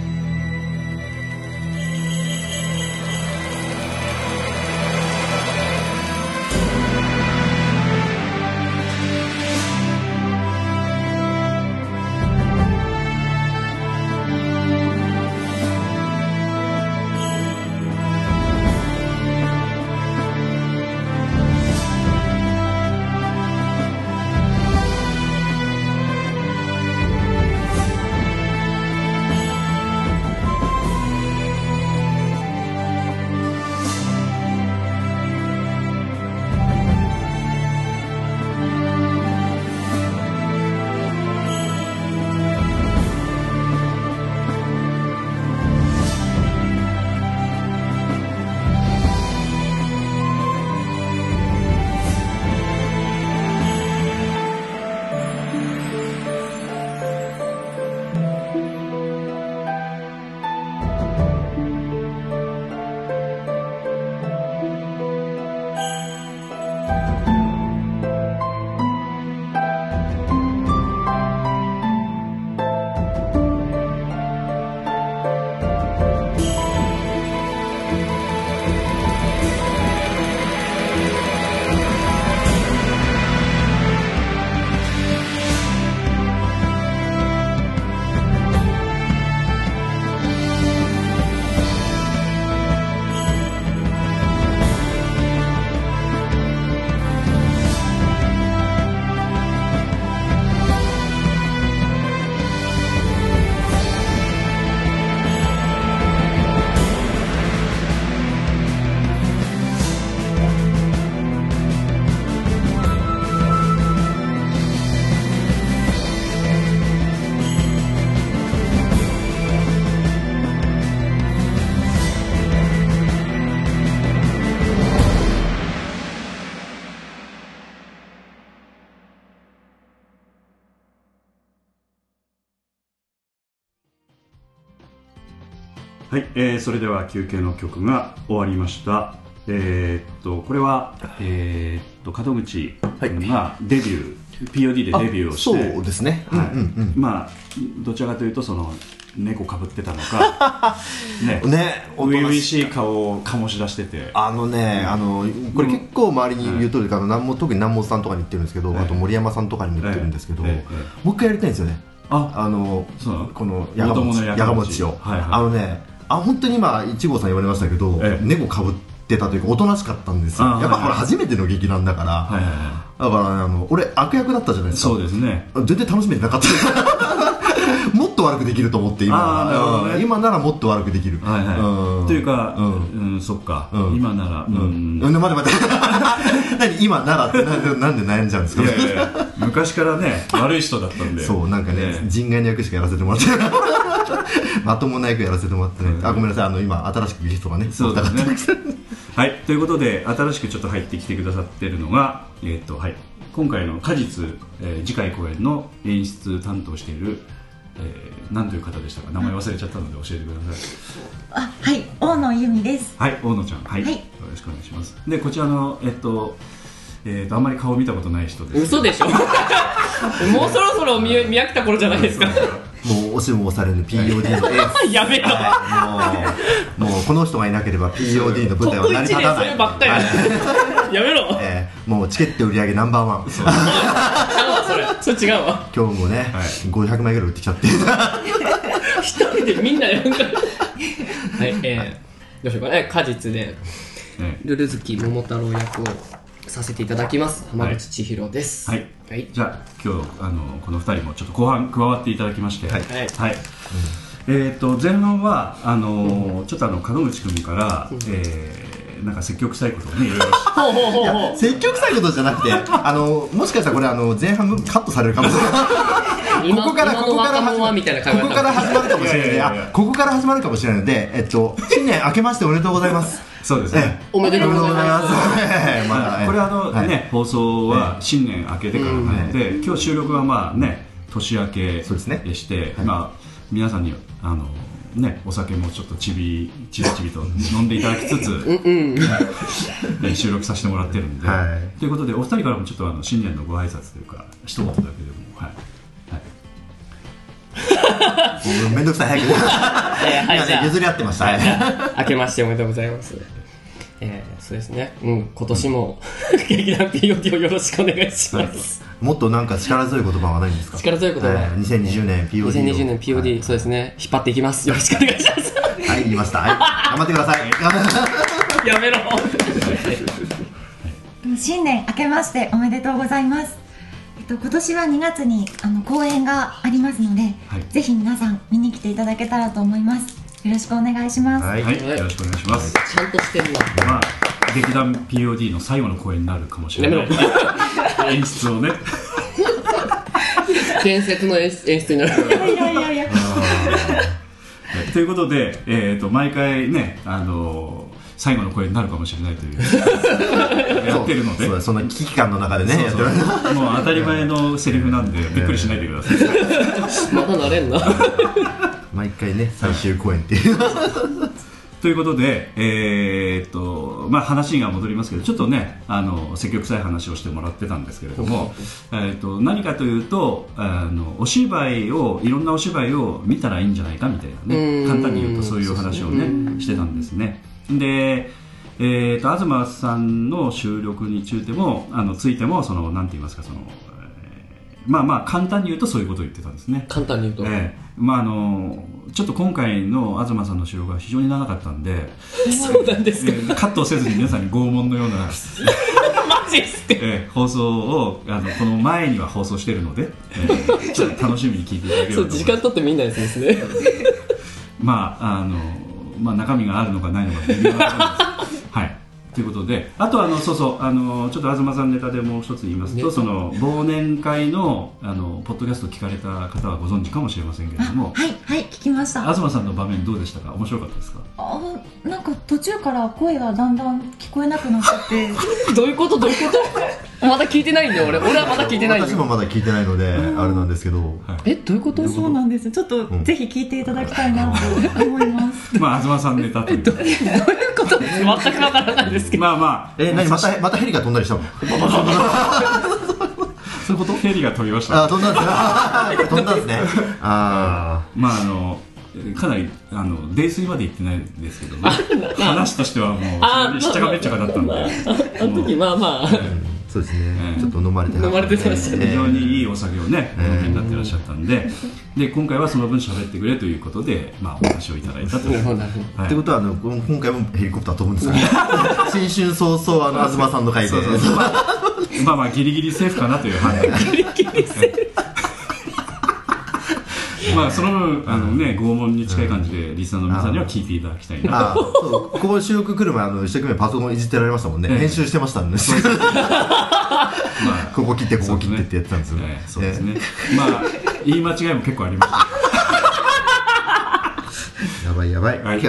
はい、えーそれでは休憩の曲が終わりました。えーっと、これは、えーっと、門口君がデビュー、POD でデビューをして、
そうですね、
はい
うんうんうん
まあ、どちらかというと、その、猫かぶってたのか、
[laughs]
ね、
ね
初々
い
しい顔を醸し出してて、
あのね、あのこれ結構周りに言うとおりか、あの南も特に南本さんとかに言ってるんですけど、
ええ
あと森山さんとかにも言ってるんですけど、
ええええ
もう一回やりたいんですよね
あ、
あの
そうなの
このや
元
が
々
もち
の
や
やが
が
も
も
ち
ちを、
はいはい
あのねあ本当に今一号さん言われましたけど、
ええ
猫かぶってたというかおとなしかったんですよ
ああ
やっぱ
はい
これ初めての劇団だから、
はいはいは
だからねあの俺悪役だったじゃない
い。
ですか
そうですね。
全然楽しめてなかった
[laughs]
もっと悪くできると思って今
あーなるほどね
うん今ならもっと悪くできる、
はいは
う
い。
ん
というか、う
うん
ん、そっか、
うん
今なら、う
うん
ん、
うん、待って待って [laughs] 何今ならってなんなんで悩んじゃうんです
い
か
やいやいや昔からね悪い人だったんで
そうなんかね人外の役しかやらせてもらって [laughs] まともな役やらせてもらってね、あごめんなさいあの今新しくゲストがね
そうだね
来た方
[laughs] はいということで新しくちょっと入ってきてくださってるのがえーっとはい今回の果実、えー次回公演の演出担当している、えー、何という方でしたか名前忘れちゃったので教えてください
あはい大野由美です
はい大野ちゃんはい、
はい
よろしくお願いしますでこちらのえっとえーっとあんまり顔見たことない人です
嘘でしょ [laughs] もうそろそろ見見飽きた頃じゃないで
[laughs]
すか
もう押しも押されぬ POD のエース
やめろ
はいもうもうこの人がいなければ POD の舞
こ
台は
こ
成り
一
立
年
た
そ
ない
ればっかりだ
はい
やめろ
えーもうチケット売り上げナンバーワン
違うわそれそれ違うわ
今日もね、
はい
500枚ぐらい売ってきちゃって
[laughs] 一人でみんな
[laughs]
でなんかはいえーどうしようかね果実で
ね
ルルズキ桃太郎役をさせていただきます浜口千尋です
はい
はい
じゃあ今日あのこの2人もちょっと後半加わっていただきまして
はい
はい
えー、と前半はあのーちょっとあの門口君から、えーなんか積極臭いことをねいろいろ
ほうほうほうほう
積極臭いことじゃなくてあのもしかしたらこれあの前半分カットされるかもしれない
今
ここから
今
こ
の
こから
若者は
始
みたいな会話
ま
だ
こ
っ
こから始
た
まるかもしれない
いやいやい
ね
やいや
あここから始まるかもしれないので、えっと、新年明けましておめでとうございます。
そうです
え
ね、
おめでとうございます
すま
ま
だ
あ、これあの、
はい
ね放送は新年明けてからなので、今日収録はまあね年明け
そうですね
でしてまあ、皆さんにあのねお酒もちょっとちびちびちびと飲んでいただきつ
[laughs]
つ、 [laughs] ね収録させてもらってるんで、
はい
ということでお二人からもちょっとあの新年のご挨拶というか一言だけでもはい
もうめんどくさい早く
えーはい
今
じ
ね
ゃあ
譲り合ってましたはい
明けましておめでとうございます。えー、そうですね。うん、今年も [laughs] 劇団 POD をよろしくお願いします。
もっとなんか力強い言葉はないんですか
力強いこと
はい
は、
2020年 POD を
2020年 POD、
はい
そうですね。引っ張っていきます。よろしくお願いします。
はい言いましたはい頑張ってください頑張って
やめろ。
新年明けましておめでとうございます。えっと今年は2月にあの公演がありますので、
はい
ぜひ皆さん見に来ていただけたらと思います。よろしくお願いします。
はい
はい、よろしくお願いします、
ちゃんとしてるな。
まあ、劇団 POD の最後の公演になるかもしれない
やめ
演出をね
伝説の演出演出になる。
いやい
[laughs]
やいや。
ということで、えー、と毎回ね、あのー最後の公演になるかもしれないという
[laughs]
やってるので
そうだそんな危機感の中でね
そうそう
やってる
もう当たり前のセリフなんでびっくりしないでください、
まだなれんな。
毎回ね最終公演っていう
[laughs] ということで、えーっとまあ、話が戻りますけどちょっとねあの積極臭い話をしてもらってたんですけれどもえーっと何かというとあのお芝居をいろんなお芝居を見たらいいんじゃないかみたいな
う
ね
ん
簡単に言うとそういうお話を
そう
ねしてたんですね。でえー、と東さんの収録についてもあのついてもそのなんて言いますかその、えーまあまあ簡単に言うとそういうことを言ってたんですね
簡単に言うと。
ええまああのちょっと今回の東さんの収録が非常に長かったんで、
そうなんで
え
すか。
ーカットをせずに皆さんに拷問のような、
マジっすって。
えー放送をあのこの前には放送してるので、え
[laughs]
ーちょっと楽しみに聞いていただければ
そう、
と思い
時
ま
間
す
取ってみんなですね。
まああの、まあ、中身があるのかないのか微妙なところです
[laughs]
はいということであとあのそうそうあのちょっと東さんネタでもう一つ言います
ネ
と
タ
その忘年会のあのポッドキャスト聞かれた方はご存知かもしれませんけれど
[laughs]
も
はいはい聞きました。
東さんの場面どうでしたか面白かったですか
あ
[laughs]
なんか途中から声がだんだん聞こえなくなっちゃって。
どういうことどういうことまだ聞いてないんだよ俺俺はまだ聞いてないんだ
私も
よ
まだ聞いてないので、あれなんですけど、
えどういうこと
そうなんですちょっと、
ん
ぜひ聞いていただきたいなと思います
まあ東さんネタというか
どういうことですか全くわからないですけど
まあまあ
え、何また、またヘリが飛んだりしたの
そういうことヘリが飛びました
あ、飛んだ
[laughs]
んですね。飛んだんですね。あ
まああのかなりあの泥酔まで行ってないんですけど、ね、話としてはもう
あ
非常にしっちゃかめっちゃかだったんで、
あの時まあまあ
あ、そうです
う
ね
ん。
ちょっと飲まれて
飲まれてました
非
ね
え
常にいいお酒をねお飲みになってらっしゃったんでで今回はその分喋ってくれということで、まあ、お話をいただいたと
な
いう
るほどなるほど
ってことはあのこの今回もヘリコプター飛ぶんですか
[laughs]
新春早々あの東さんの回で
そうそうそうまあまあまあギリギリセーフかなという判断 [laughs] まあその分あのね拷問に近い感じでリスナーの皆さんには聞いていただきたいな
あそうここ収録来る前あの一生懸命パソコンいじってられましたもんね、
ええ
編集してましたんで [laughs] ここ切ってここ切ってってやってたんですよ、
ええそうですね、まあ言い間違いも結構ありました
ええやばいやばい、
はい、 [laughs]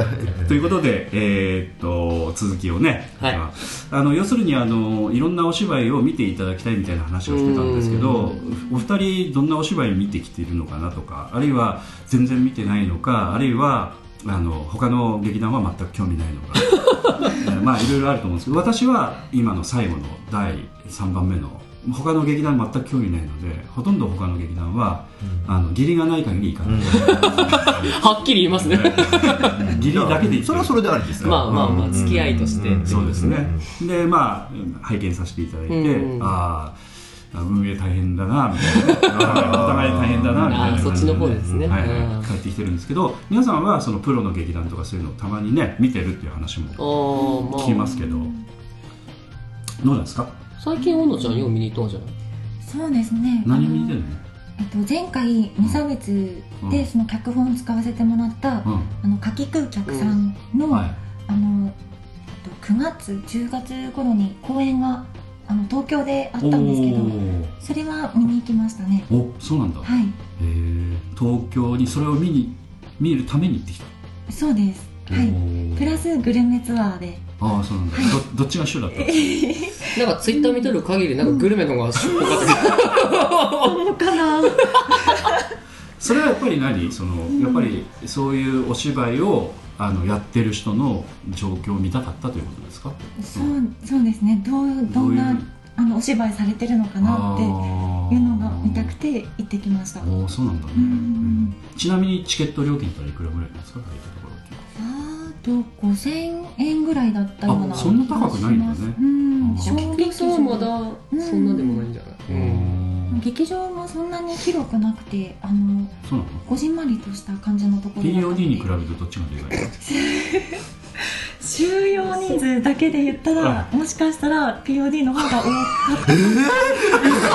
ということで、えーっと続きをね、
はい
まああの要するにあのいろんなお芝居を見ていただきたいみたいな話をしてたんですけどお二人どんなお芝居見てきているのかなとかあるいは全然見てないのかあるいはあの他の劇団は全く興味ないの [laughs] かえーまあいろいろあると思うんですけど私は今の最後の第3番目の他の劇団全く興味ないのでほとんど他の劇団は、あの義理がない限り行かない、 [laughs]
はっきり言いますね
義理だけで行ってる
それはそれでありですよ
まあまあまあ付き合いとして
うん
そうですね、でまあ拝見させていただいて、
うん
ああ運営大変だなみた [laughs] いなお互い大変だなみたい
あ
な
あそっちの方ですすね
はい
うん
はい、帰ってきてるんですけど皆さんはそのプロの劇団とかそういうのをたまにね見てるっていう話も
お
聞き
ーま
ま
あ
すけどどうなんですか
最近温野ちゃんよう見に行ったんじゃない
そうですね
何見てるの、
えっと、前回無差別
うん
でその脚本を使わせてもらった、
う
あのかき食う客さんの,、
ん、はい
あのえっと9月10月頃に公演があの東京であったんですけどそれは見に行きましたね
おーおそうなんだ、
はい
えー東京にそれを見に見るために行ってきた
そうですはいプラ
ス
スグルメツアーで
ああそうなんだど [laughs] どっちが主だったの
なんかツイッター見てる限りなんかグルメの方がしょっぽかったけど
そうかな
それはやっぱり何そのやっぱりそういうお芝居をあのやってる人の状況を見たかったということですか
そうそうですねどうどんな
どういう
あのお芝居されてるのかなって
あー
いうのが見たくて行ってきました
おーそうなんだね、
うん
うんちなみにチケット料金ったらいくらぐらいなんですか大体ところって
あーと5000円ぐらいだったような
あそんな高くないんだね
気がしますうん
あー
小劇
そ
場
うまだそんなでもないんじゃない、
劇場もそんなに広くなくてあの
そうなの
こじんまりとした感じのところだったの
POD
で
に比べるとどっちがでかいの
収容人数だけで言ったらもしかしたら POD の方が多かった
え
そ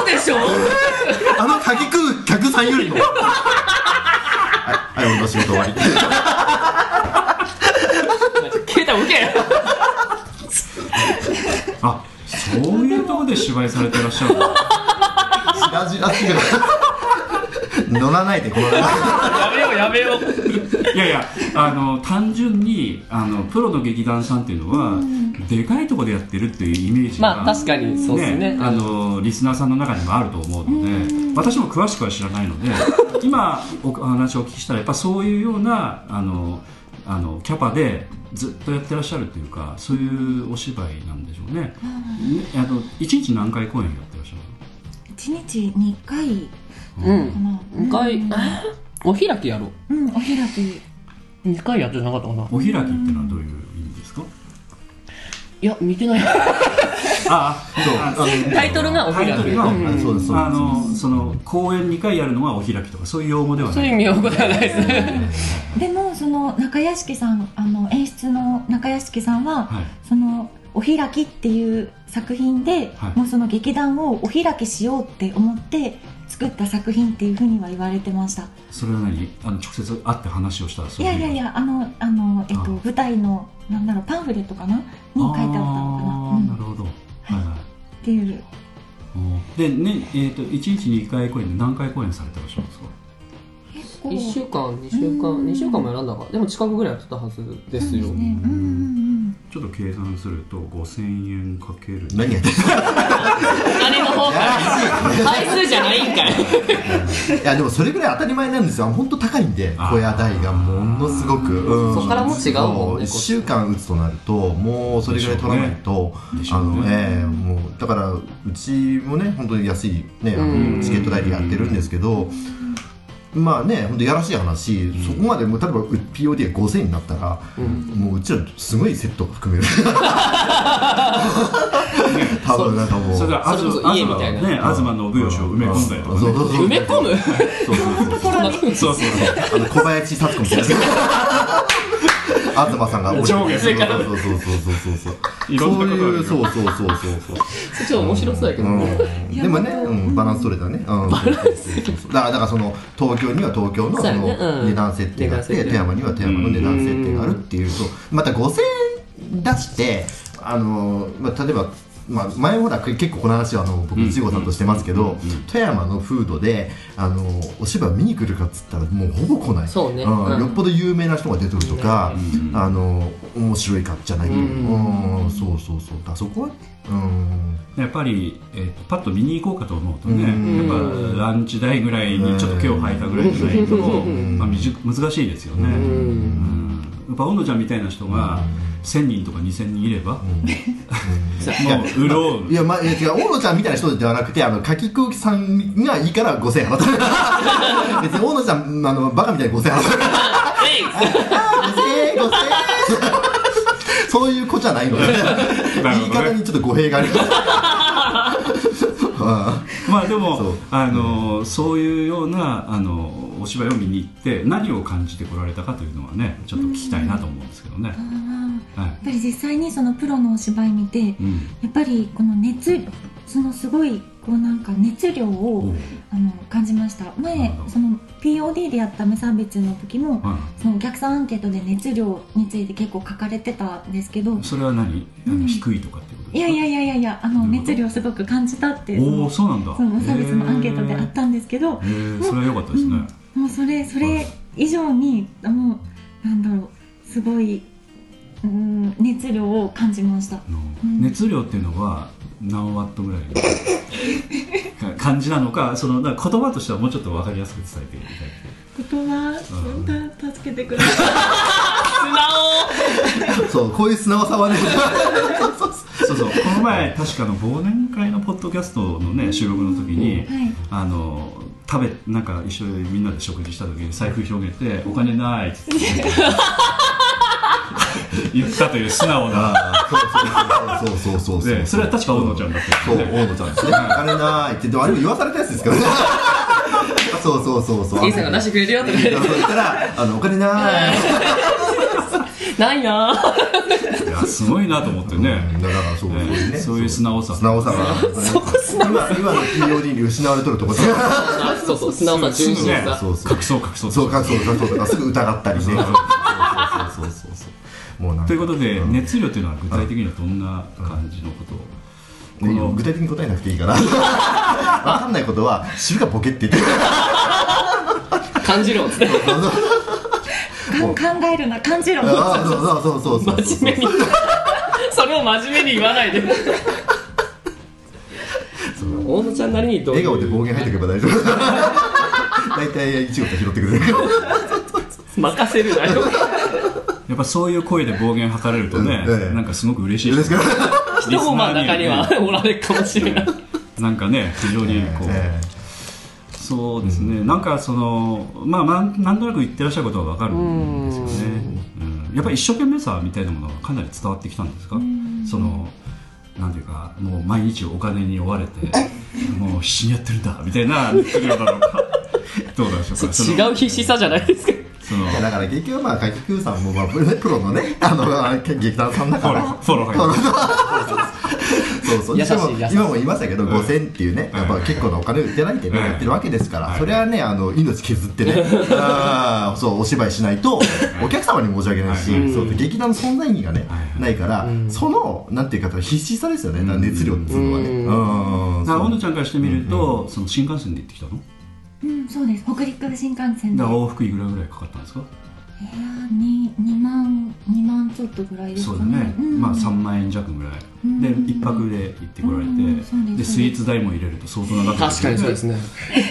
うでしょ
ーあの鍵食う客さんよりもはい、はい、お仕事終わ
[laughs]
り
携帯置け
あそういうところで芝居されてらっしゃるの
しらじらし
[laughs]
が乗らないでこの
やめようやめよう
いやいやあの単純にあのプロの劇団さんっていうのは、でかいところでやってるっていうイメージが
[laughs] まあ確かにそうですね
あのリスナーさんの中にもあると思うので、私も詳しくは知らないの [laughs] で今おお話をお聞きしたらやっぱそういうようなあのあのキャパでずっとやってらっしゃるというかそういうお芝居なんでしょうねねあの一日何回公演やってらっしゃる
1日2回
う
か
ん
な
2回
うん
お開きやろ
うんお開き
う2回やってなかったかな
お開きっていうのはどういう意味ですか
いや見てない
ああそうあの
タイトルがお開き
タイトルがお開き
あそうですそうです
あのその公演2回やるのはお開きとかそういう用語では
そう
ない
いう見覚えはないですね
でもその中屋敷さんあの演出の中屋敷さんは、
はい
その「お開き」っていう作品で、
はい
もうその劇団をお開きしようって思って作った作品っていうふうには言われてました
それは何あの直接会って話をしたらそ
いう
い
や
う
いやいやあのあの、えっと、
あ
舞台のなんだろうパンフレットかなに書いてあったのかな,、
あ
う
ー
ん
なる
っ
ほど、はいはい
ていう
で、ねえー、と1日2回公演で何回公演されてらっしゃるんですか
結構
1週間2週
う
間
ん
2週間もやらんだからでも近くぐらいやってたはずです
そう
よ
ねうんうんうん
ちょっと計算すると5000円かける
何やってんの
お金の方から [laughs] 回数じゃない [laughs] んかい
いやでもそれぐらい当たり前なんですよ本当高いんで
あー
小屋代がものすごく、うん
そっからも違うもんね
1週間打つとなるともうそれぐらい取らないと、
でしょ
あ
うね
の
でしょうね
ええもうだからうちもね本当に安いねあ
うん
のチケット代でやってるんですけどまあね本当やらしい話、そこまでもう例えばう POD が5000になったら、もううちらすごいセットが含め
[laughs]
る多分なんかもう
それから
それこそ家みたいな
東ね東信義を埋め込んだりとか
そ
ね
うそうそう
埋め込む
そ
そうそう
うそうそう
[laughs]
そう
あの小林幸子みたいな。東さんが
上下する
から
そうそうそうそうそうそう。
いろんなことがあ
そうい
る
う
よ
そうそうそうそうそう。
そっちは面白そうやけどね
うん、でもね、うん、バランス取れたね。うん、バランス。だから、だから、その東京には東京の
そう
そ
やね
の
うん
値段設定があって、
値段設定
富山には富山の値段設定があるっていうと。また五千円出して、あの、まあ、例えば。まあ、前ほら結構この話はあの僕一号さんとしてますけど、富山の風土であのお芝居見に来るかっつったらもうほぼ来ない
そうね
ん
うん
よっぽど有名な人が出てるとか、
うん
あの面白いかじゃないけど、う
うん
ん、そうそうそうあそこは、うん、
やっぱり、えーとパッと見に行こうかと思うとね、
うん
やっぱランチ代ぐらいにちょっと毛を吐いたぐらいじゃないと、
ん
まあ、みじ難しいですよね、う
う
ん
ん
やっぱ温度ちゃんみたいな人が1000人とか2000人いれば、 [laughs] もううろう
いや、まあ、いや違う、大野ちゃんみたいな人ではなくて、あの、柿空気さんがいいから5000円払った。別に大野ちゃん、あの、バカみたいに5000円払った。5000円、5000円。そういう子じゃないので、
なる
言
ほ
い
どね
方にちょっと語弊がある。
まあで
そ
も
う
あの、そういうようなあのお芝居を見に行って何を感じてこられたかというのはねちょっと聞きたいなと思うんですけどね、はい
ぱり実際にそのプロのお芝居見てや
うん
っぱりこの熱そのすごいこうなんか熱量
お
を
う
あの感じました
な
前
るほど
その POD でやった無差別の時も
う
そのお客さんアンケートで熱量について結構書かれてたんですけど
ん、それは何あ
う
の
ん
低いとかってこと
い
です
や
か
いやいやいやいやあの
うん
熱量すごく感じたってそ
おお
の
そうなんだ
その無差別のアンケートであったんですけど
へーへーそれは良かったですね、
うんもうそれそれ以上にあのなんだろうすごい、うん、熱量を感じました
あの
うん
熱量っていうのは何ワットぐらいのか感じな
[laughs]
のかそのなんか言葉としてはもうちょっと分かりやすく伝えていただい
言葉
てうん
た助けてください
そう、こういう素直さはね、そうそうそう
そうそうこの前確かの忘年会のポッドキャストのね収録の時に、
はい
あの食べなんか一緒にみんなで食事した時に財布広げて「お金ない」って言
[laughs]
って言ったという素
[laughs]
直な
そうそうそうそう
でそれは確か大野ちゃんだった
そう、大野ちゃんですね。お金ないって、でもあれを言わされたやつですからね。そうそうそうそう。
イさんが出してくれるよとか言
そ
っ
う言ったら、あの、お金ない。
てないなー
いやすごいなと思って
うん
ね、
だからそう
ね
ですね
そういう素直さ
素直さがそこ素直さ今今の POD に失われとるところ
あそうそう素直さ純真
ね
さ
そうそう
隠そう隠そう
そうかそうかそうかすぐ疑ったりねそうそうそうそうもうなんか
[laughs] ということで
ん
熱量というのは具体的にはどんな感じのことをこ
ね
の
具体的に答えなくていいからわかんないことは汁がボケって言って
感じろっつって
考えるな感じろ
[laughs]
ああそうそうそうそうそう
真面目にそれを真面目に言わないで大野ちゃんなりにどうい
笑顔
う
で暴言入ってくれば大丈夫大体一号さん拾ってくれるから
任せるなよ
やっぱそういう声で暴言吐かれるとね、
うんええ
なんかすごく嬉しい
嬉しくない
人もまあ中にはおられるかもしれない
なんかね非常にこう、
え
そうですね、なんかそのまあまあなんとなく言ってらっしゃることはわかるんですよね、うんやっぱり一生懸命さみたいなものはかなり伝わってきたんですかそのなんていうかもう毎日お金に追われ [laughs] てもう必死にやってるんだみたいな熱量なの [laughs] かどうなんでしょうかその
違う必死さじゃないですか
その
えだから結局まあ柿久さんもまあプロのねあのあ劇団さんだ
フォ
か
ロ
ら
ーフォ [laughs] ロー入って
そうそう
優しい
でも
優しい
今も言いましたけど、5000っていうね、
うん
やっぱ結構なお金をいただいてね、
うん
やってるわけですから、
はい
それはね、あの命削ってね、あーそうお芝居しないと、お客様に申し訳ないし、
はい
そう劇団の存在意義がね、
はい
ないから、
ん
その、なんていうか、必死さですよね、だから熱量っていうのはね。
うん
うん
な小野ちゃんからしてみると、その新幹線で行ってきたの
うんそうです北陸新幹線で
だから往復いくらぐらいかかったんですか
部屋に2万2万ちょっとぐらいです
そう
か
だね、
ん
まあ3万円弱ぐらい、
うん
で一泊で行ってこられて、
うんそうです
でスイーツ代も入れると相当な額
確かにそうですすね。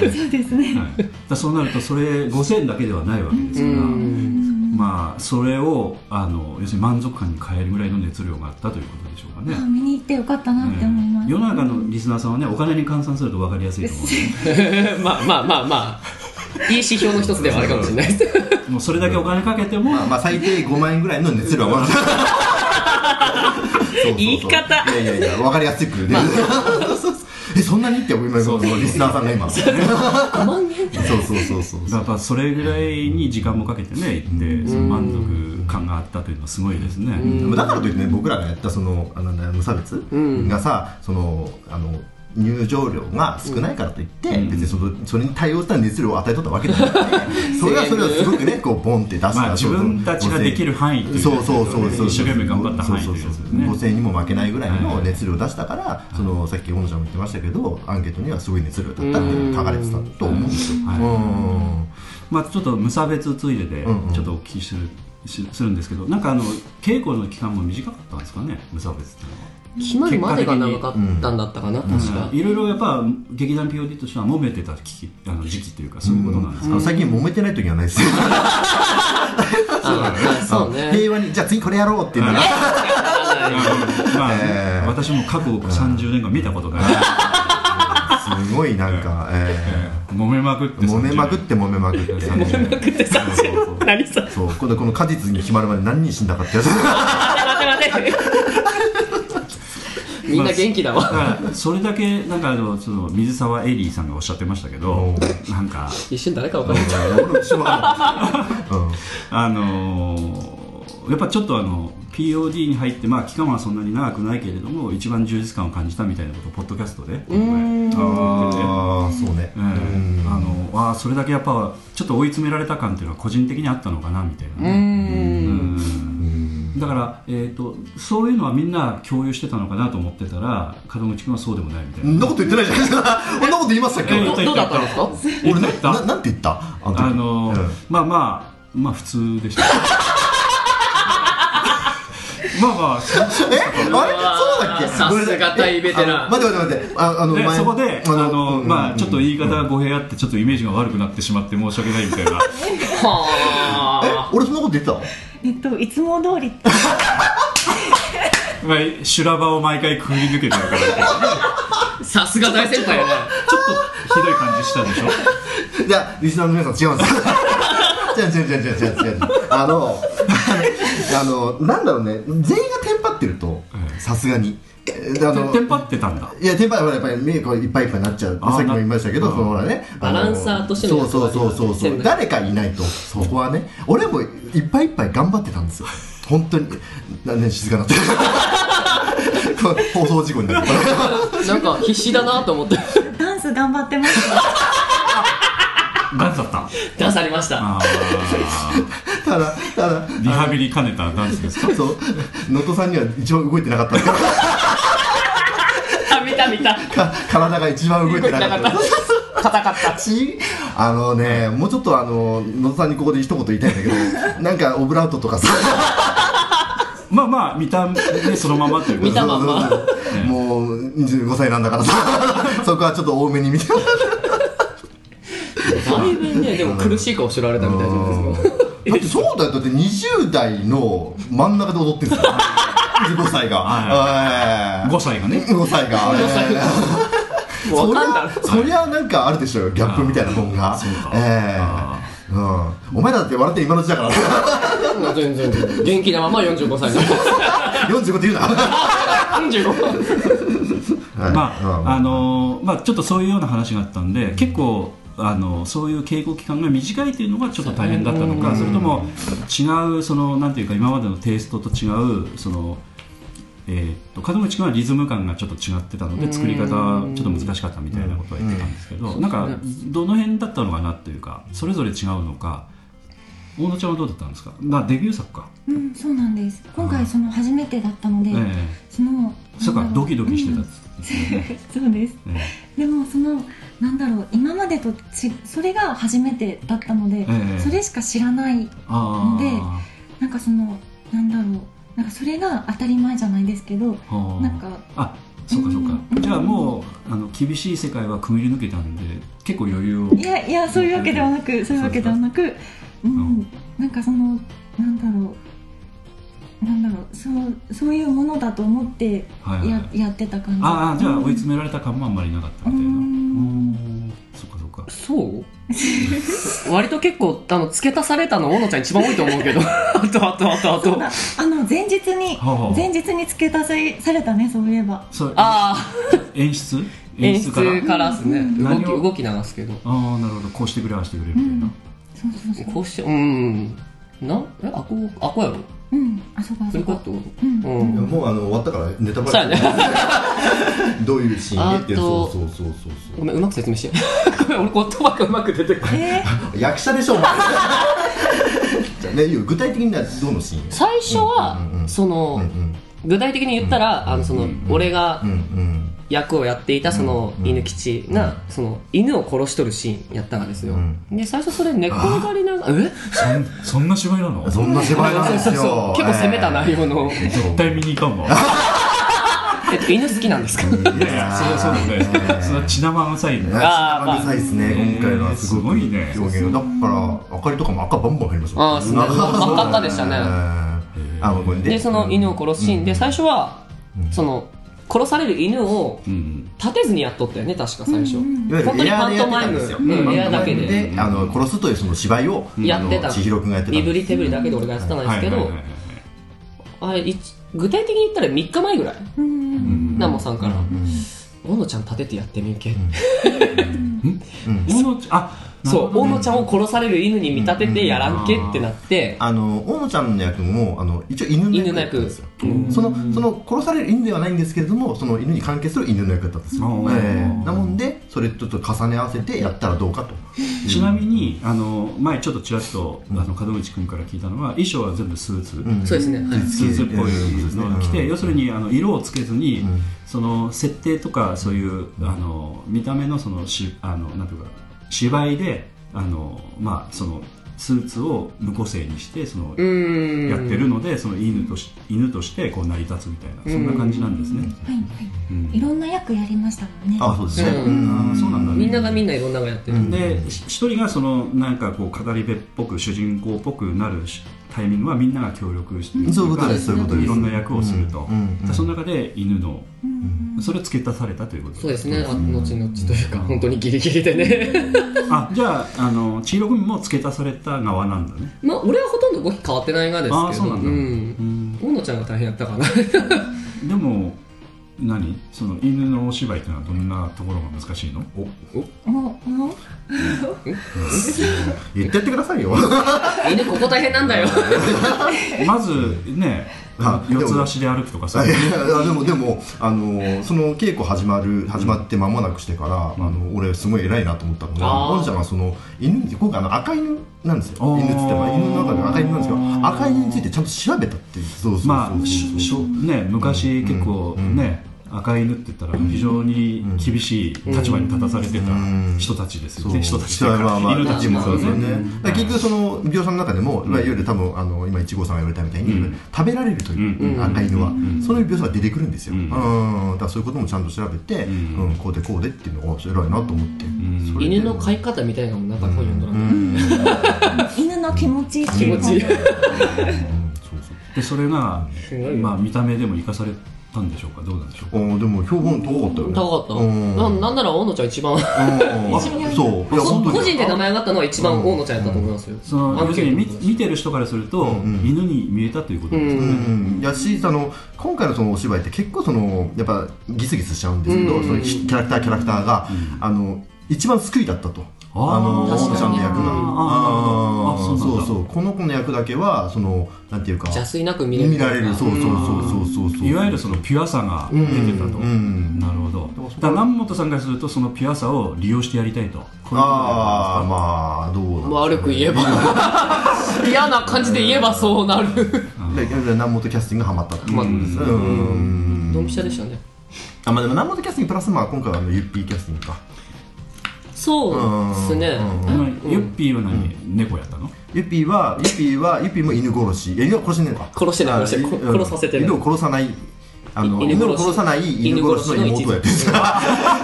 そうですね。
はい、だからそうなるとそれ5000円だけではないわけです
う
から、
ん。
まあそれをあの要するに満足感に変えるぐらいの熱量があったということでしょうかね、
あ見に行ってよかったなって思います、
うん世の中のリスナーさんはねお金に換算すると分かりやすいと思う
[laughs]
んで
[laughs] まあまあまあまあ、いい指標の一つではあるかもしれないです。
もうそれだけお金かけても、
まあ、まあ最低5万円ぐらいの熱量はもらったそうそうそう
言い方
いやいやいや分かりやすく [laughs] ね、えそんなにって思いますそうリスナーさんが今そうそうそうそう
やっぱそれぐらいに時間もかけてね行ってその満足感があったというのはすごいですね、
だからといってね僕らがやったそのあの無差別
ん
がさ、そのあの入場料が少ないからといって、別にそのそれに対応した熱量を与えとったわけじゃなくて [laughs] それはそれをすご
[laughs]
くねこうボンって出した、
まあ自分たちができる範囲という
そうそうそうそう
一生懸命頑張った範囲
そう
と
そ
いううや
そう
つです
そう
ね
5000円にも負けないぐらいの熱量を出したから、そのさっき小野ちゃんも言ってましたけどアンケートにはすごい熱量だったっていうのが書かれてたと思うんですよ、
はい
うん
まあ、ちょっと無差別ついでで
うんうん
ちょっとお聞きする,し、するんですけどなんかあの稽古の期間も短かったんですかね無差別っていうのは。
決まるまでが長かったんだったかな、確か。
いろいろやっぱ劇団 POD としては揉めてた時期あの時期というかそういうことなんです
あ
か、
の最近揉めてない時はないですよ
ああ [laughs] そうね。
平和にじゃあ次これやろうっていうのが
まあ、
えー
私も過去30年間見たことがない、
すごいなんか、え
揉めまく [laughs] って
ー、揉めまくっ
30
て揉めま
[laughs]
くって
揉め
[laughs]
ま
くって
年
何さ、
そう今度この果実に決まるまで何人死んだかってやつ [laughs]
[laughs] みんな元気だ
だ
わ。
からそれだけなんかあのその水沢エリーさんがおっしゃってましたけどなんか
一瞬誰か分からない。
俺もしまううん
あのーやっぱちょっとあの POD に入って、まあ、期間はそんなに長くないけれども一番充実感を感じたみたいなことをポッドキャストでこの前
ああそうね
うんあのあーそれだけやっぱちょっと追い詰められた感っていうのは個人的にあったのかなみたいなねうんだから、えー、とそういうのはみんな共有してたのかなと思ってたら門口君はそうでもないみたい
そ
なん
なこと言ってないじゃないですかそんなこと言いましたっけ
え
どどうだったんですか
俺
言った
なななんて言ったあの時
あのー
うん
まあまあまあ普通でした [laughs] まあまあそう
えあれそうだっけ
さすが大ベテラン
ごめんなさいあの待って待って待ってああ
でそ
の前
こであの、
うん
まあ、ちょっと言い方が語弊あってちょっとイメージが悪くなってしまって申し訳ないみた
[laughs]
いな
は
俺そんなこと言ってた
えっといつも通りって
まあ修羅場を毎回くぐり抜けてるからちょっ
あ。さすが大先輩やな。
とひどい感じしたでしょ
じゃあ、リスナーの皆さん違うんですよ。違う [laughs] 違う違う違う違う違う違う。あの、 [laughs] あの、なんだろうね、全員がテンパってると、さすがに。えあの
テンパってたんだ
いや、テンパはやっぱり目がいっぱいいっぱいになっちゃう。
あー
さっきも言いましたけど、
な
そのほらね。あの
バランサーとしての
そうそうそうそうそ
全
う。
部
誰かいないと、そこはね。俺もいっぱいいっぱい頑張ってたんですよ。本当に。なんで静かになってる [laughs] こう放送事故になる。
なんか必死だなと思って。
ダンス頑張って
[laughs]
ました。
ダンスだった
[laughs] 出されました。
あー
ただ、ただ、
リハビリ兼ねたダンスですか
そう、能登さんには一番動いてなかったから。
あ、見た見た。
か体が一番動いてなかった
動いて硬かった。
ちあのねもうちょっとあの野田さんにここで一言言いたいんだけどなんかオブラートとかさ
まあまあ見た目そのままというか
見たまんま
そうそうそう [laughs] もう25歳なんだからさそこはちょっと多めに見て
だいぶね、でも苦しい顔してられたみたいじゃないですか。
だってそうだよだって20代の真ん中で踊ってるんですよ25歳が
5歳がね
5歳が
5歳が
そ
わ
り
かん
ゃ
だ
そりゃなんかあるでしょうよギャップみたいなもんが
そうか
ええうん、お前らだって笑って今のうちだから
な。全然全然。元気なまま45歳 [laughs] だ。
45って言うな
45。
ま
うん
ああのーまあ、ちょっとそういうような話があったんで結構あのそういう稽古期間が短いというのがちょっと大変だったのかそれとも違うそのなんていうか今までのテイストと違うその、えーっと門口君はリズム感がちょっと違ってたので作り方はちょっと難しかったみたいなことは言ってたんですけどなんかどの辺だったのかなというかそれぞれ違うのか大野ちゃんはどうだったんですかまあデビュー作か、
うん、そうなんです今回その初めてだったので、
え
その
えそうかドキドキしてた
う
っ
ん [laughs]
つってね
そうです
え
でもそのなんだろう今までとちそれが初めてだったので、
[laughs]
ええ
それしか知らない
あ
で
あ
なんかそのなんだろうなんかそれが当たり前じゃないですけど
あ
なんか
あそうかそうか、
うん
じゃあもうあの厳しい世界はくみり抜けたんで結構余裕を
いやいやそういうわけではなくそういうわけではなくう
うん
んなんかそのなんだろうなんだろうそうそういうものだと思って
はいはい、
ややってた感じ
ああじゃあ追い
つ
詰められた感もあんまりなかったみたいな
う
うんんそっかそっか
そう [laughs] 割と結構、あの、付け足されたの、大野ちゃん一番多いと思うけど。 [laughs] あと、あと、あと、あと。
あの前日に
はあはあ
前日に付け足せされたねそういえば
そう
ああ、
演出
演出からですね。
うん
動き、
何を
動きなんですけど。
ああなるほどこうしてくれああしてくれみたいな、
そうそうそう
こうして、うん。なん、え、あこ、あこやろ
うんあそこあ
そ
そう
いうこ
ことうん
う
いや
ん。
もうあの終わったからネタ
そう
バ
や
レ
ね。
どういうシーンでって
あ
そ
と
うそうそうそうそう
ごめん、うまく説明して。ごめん、 [laughs] 俺言葉がうまく出てこない。
えー
役者でしょお前じゃあねゆう具体的にはどのシーン
最初は、
うんうんうん
その、
うんうん
具体的に言ったら、あの、その、俺が
うんうん
役をやっていた、その、
うん
犬吉が、その、犬を殺しとるシーンやったがですよ。
うん
で、最初それ寝っ転がりながら、え
そんそんな芝居なの
そんな芝居なんですよ
そうそう結構攻めた内容の、え
絶対見に行かんわい
っと、犬好きなんですか
やいやそれはそうだよねそれは血生臭いね
あーまあ
あ臭いですね今回のはすごく
えーすごいね
表現がだから明かりとかも赤バンバン入りました
あーそうね真っ赤っかでしたね
えーあのこれ
で、その犬を殺すシーンで、最初は、その、殺される犬を
うん
立てずにやっとったよね、確か最初。
いわゆる
本当に
エアーでやってたんですよ
パントマイムうんエアーだけで
であの殺すというその芝居を
やってた
あの千尋君がやってた
身
ん
振
で
り
す
手振りだけで俺がやってたんですけ
はい
ど
はいはいはい、
あれ、いち具体的に言ったら3日前ぐらい、
うん
うん
ナモさんから、
う
大野ちゃん立ててやってみんけ。
んうん
大野ちゃんあ
そう、大野ちゃんを殺される犬に見立ててやらんけってなって、
あの大野ちゃんの役もあの一応犬の
犬
役
の
だったん
役
ですよ。そのその殺される犬ではないんですけれどもその犬に関係する犬の役だったんですよ、
うん
ええなもんでそれとちょっと重ね合わせてやったらどうかと
ちなみにあの前ちょっとちらっとあの門口君から聞いたのは衣装は全部スーツ、
ん
そうですね。はい
スーツっぽいのを着て、
うん
要するにあの色をつけずに、
ん
その設定とかそういうあの見た目のそのしあのなんていうか芝居であのまあそのスーツを無個性にしてその
うーん。
やってるのでその犬とし犬としてこう成り立つみたいなそんな感じなんですね。
はいは
うん
いいろんな役やりましたもんね
あそうですね、
うん
あーそうなんだ
みんながみんないろんなのやってる。
うん
でし一人がそのなんかこう語り部っぽく主人公っぽくなるしタイミングはみんなが協力して
そういうことですそういうことです
いろんな役をすると、
うんうん
その中で犬の
うん
それを付け足されたということ
そうですね、あ後々というか、本当にギリギリでね。
あじゃああの千尋君も付け足された側なんだね
まあ、俺はほとんど動き変わってないがですけど、
あーそうなんだ
ん。大野ちゃんが大変やったかな。 [laughs]
でも何その犬のお芝居っていうのはどんなところが難しいの
おお
言ってやってくださいよ
犬ここ大変なんだよ。
まずね
あ
四つ足で歩くとかさ
いやいやでもでもあのその稽古始まる始まって間もなくしてから、あの俺すごい偉いなと思ったのが
あー
大野ちゃんがその犬に今回あの赤犬なんです
あー
よ犬っつっても犬の中で赤犬なんですけど赤犬についてちゃんと調べたっていうそうそうそう
ま
そう
あししょね昔
うん
結構
うん
ね、赤い犬って言ったら非常に厳しい立場に立たされてた
うん
人たちですよ
そう
ね、人たちというか、
まあまあ
犬
犬
た
た
ち
ち
もそ
もそうう
で
ですす
よ
よ
ね、
ね、だから結局その描写の中でも、いわゆる多分あの今一号さんが言われたみたいに、
うん
食べられるという、
うん
赤犬は、
ん
そういう描写が出てくるんですよ、
う
うんん、だからそういうこともちゃんと調べて、
うん
うんこうでこうでっていうのが偉いなと思って、
ん
それで
[laughs] 犬の飼い方みたいなのもなんか本読んだら、
うん
犬の気持ちっていうか
気持ちいい
うんそうそう
でそれが、
すごいよ
まあ、見た目でも生かされたんでしょうかどうなんでしょうか
あーでも評判高かったよね
高かった。
うん
ななんなら大野ちゃん一番、
うんそういや
個
本当に
人で名前上がったのは一番大野ちゃんやったと思いますよ。
その
ア
要
ン
す
ケ
るに
ー
見
ト
見てる人からすると、
うんうん
犬に見えたということですよ
う
ね、
んやしあの今回のそのお芝居って結構そのやっぱギスギスしちゃうんですけど、
うん
そのキャラクターキャラクターが、あの一番救いだったと。
あー
あの大
確かに
野ちゃんの役が
あー
あー
ー
あそうなんだ
そうこの子の役だけはそのなんていうか
邪推なく見れる。
見られるそうそうそうそうそうそう
いわゆるそのピュアさが出てたと、
うんうん
なるほど
からそこは
だから南本さんからするとそのピュアさを利用してやりたいとこういうことになりますか
ああまあどうなんですかね
悪く言えば。
い
嫌な感じで言えばそうなる。
で南本キャスティングハマったって
まあ
ことですねうん
ドンピシャでしたね。
あまあでも南本キャスティングプラスまあ今回はあのユッピーキャスティングか
そう
うん
ですね
うん
あのユッピーは何、猫やったの
ユッピーはユッピーはユッピーも犬殺しいや犬は殺してないのか
殺してない
あ
殺してない
うん
殺させてない
犬を殺さないあの
い
犬
犬殺し
を殺さない犬殺しの妹をやってる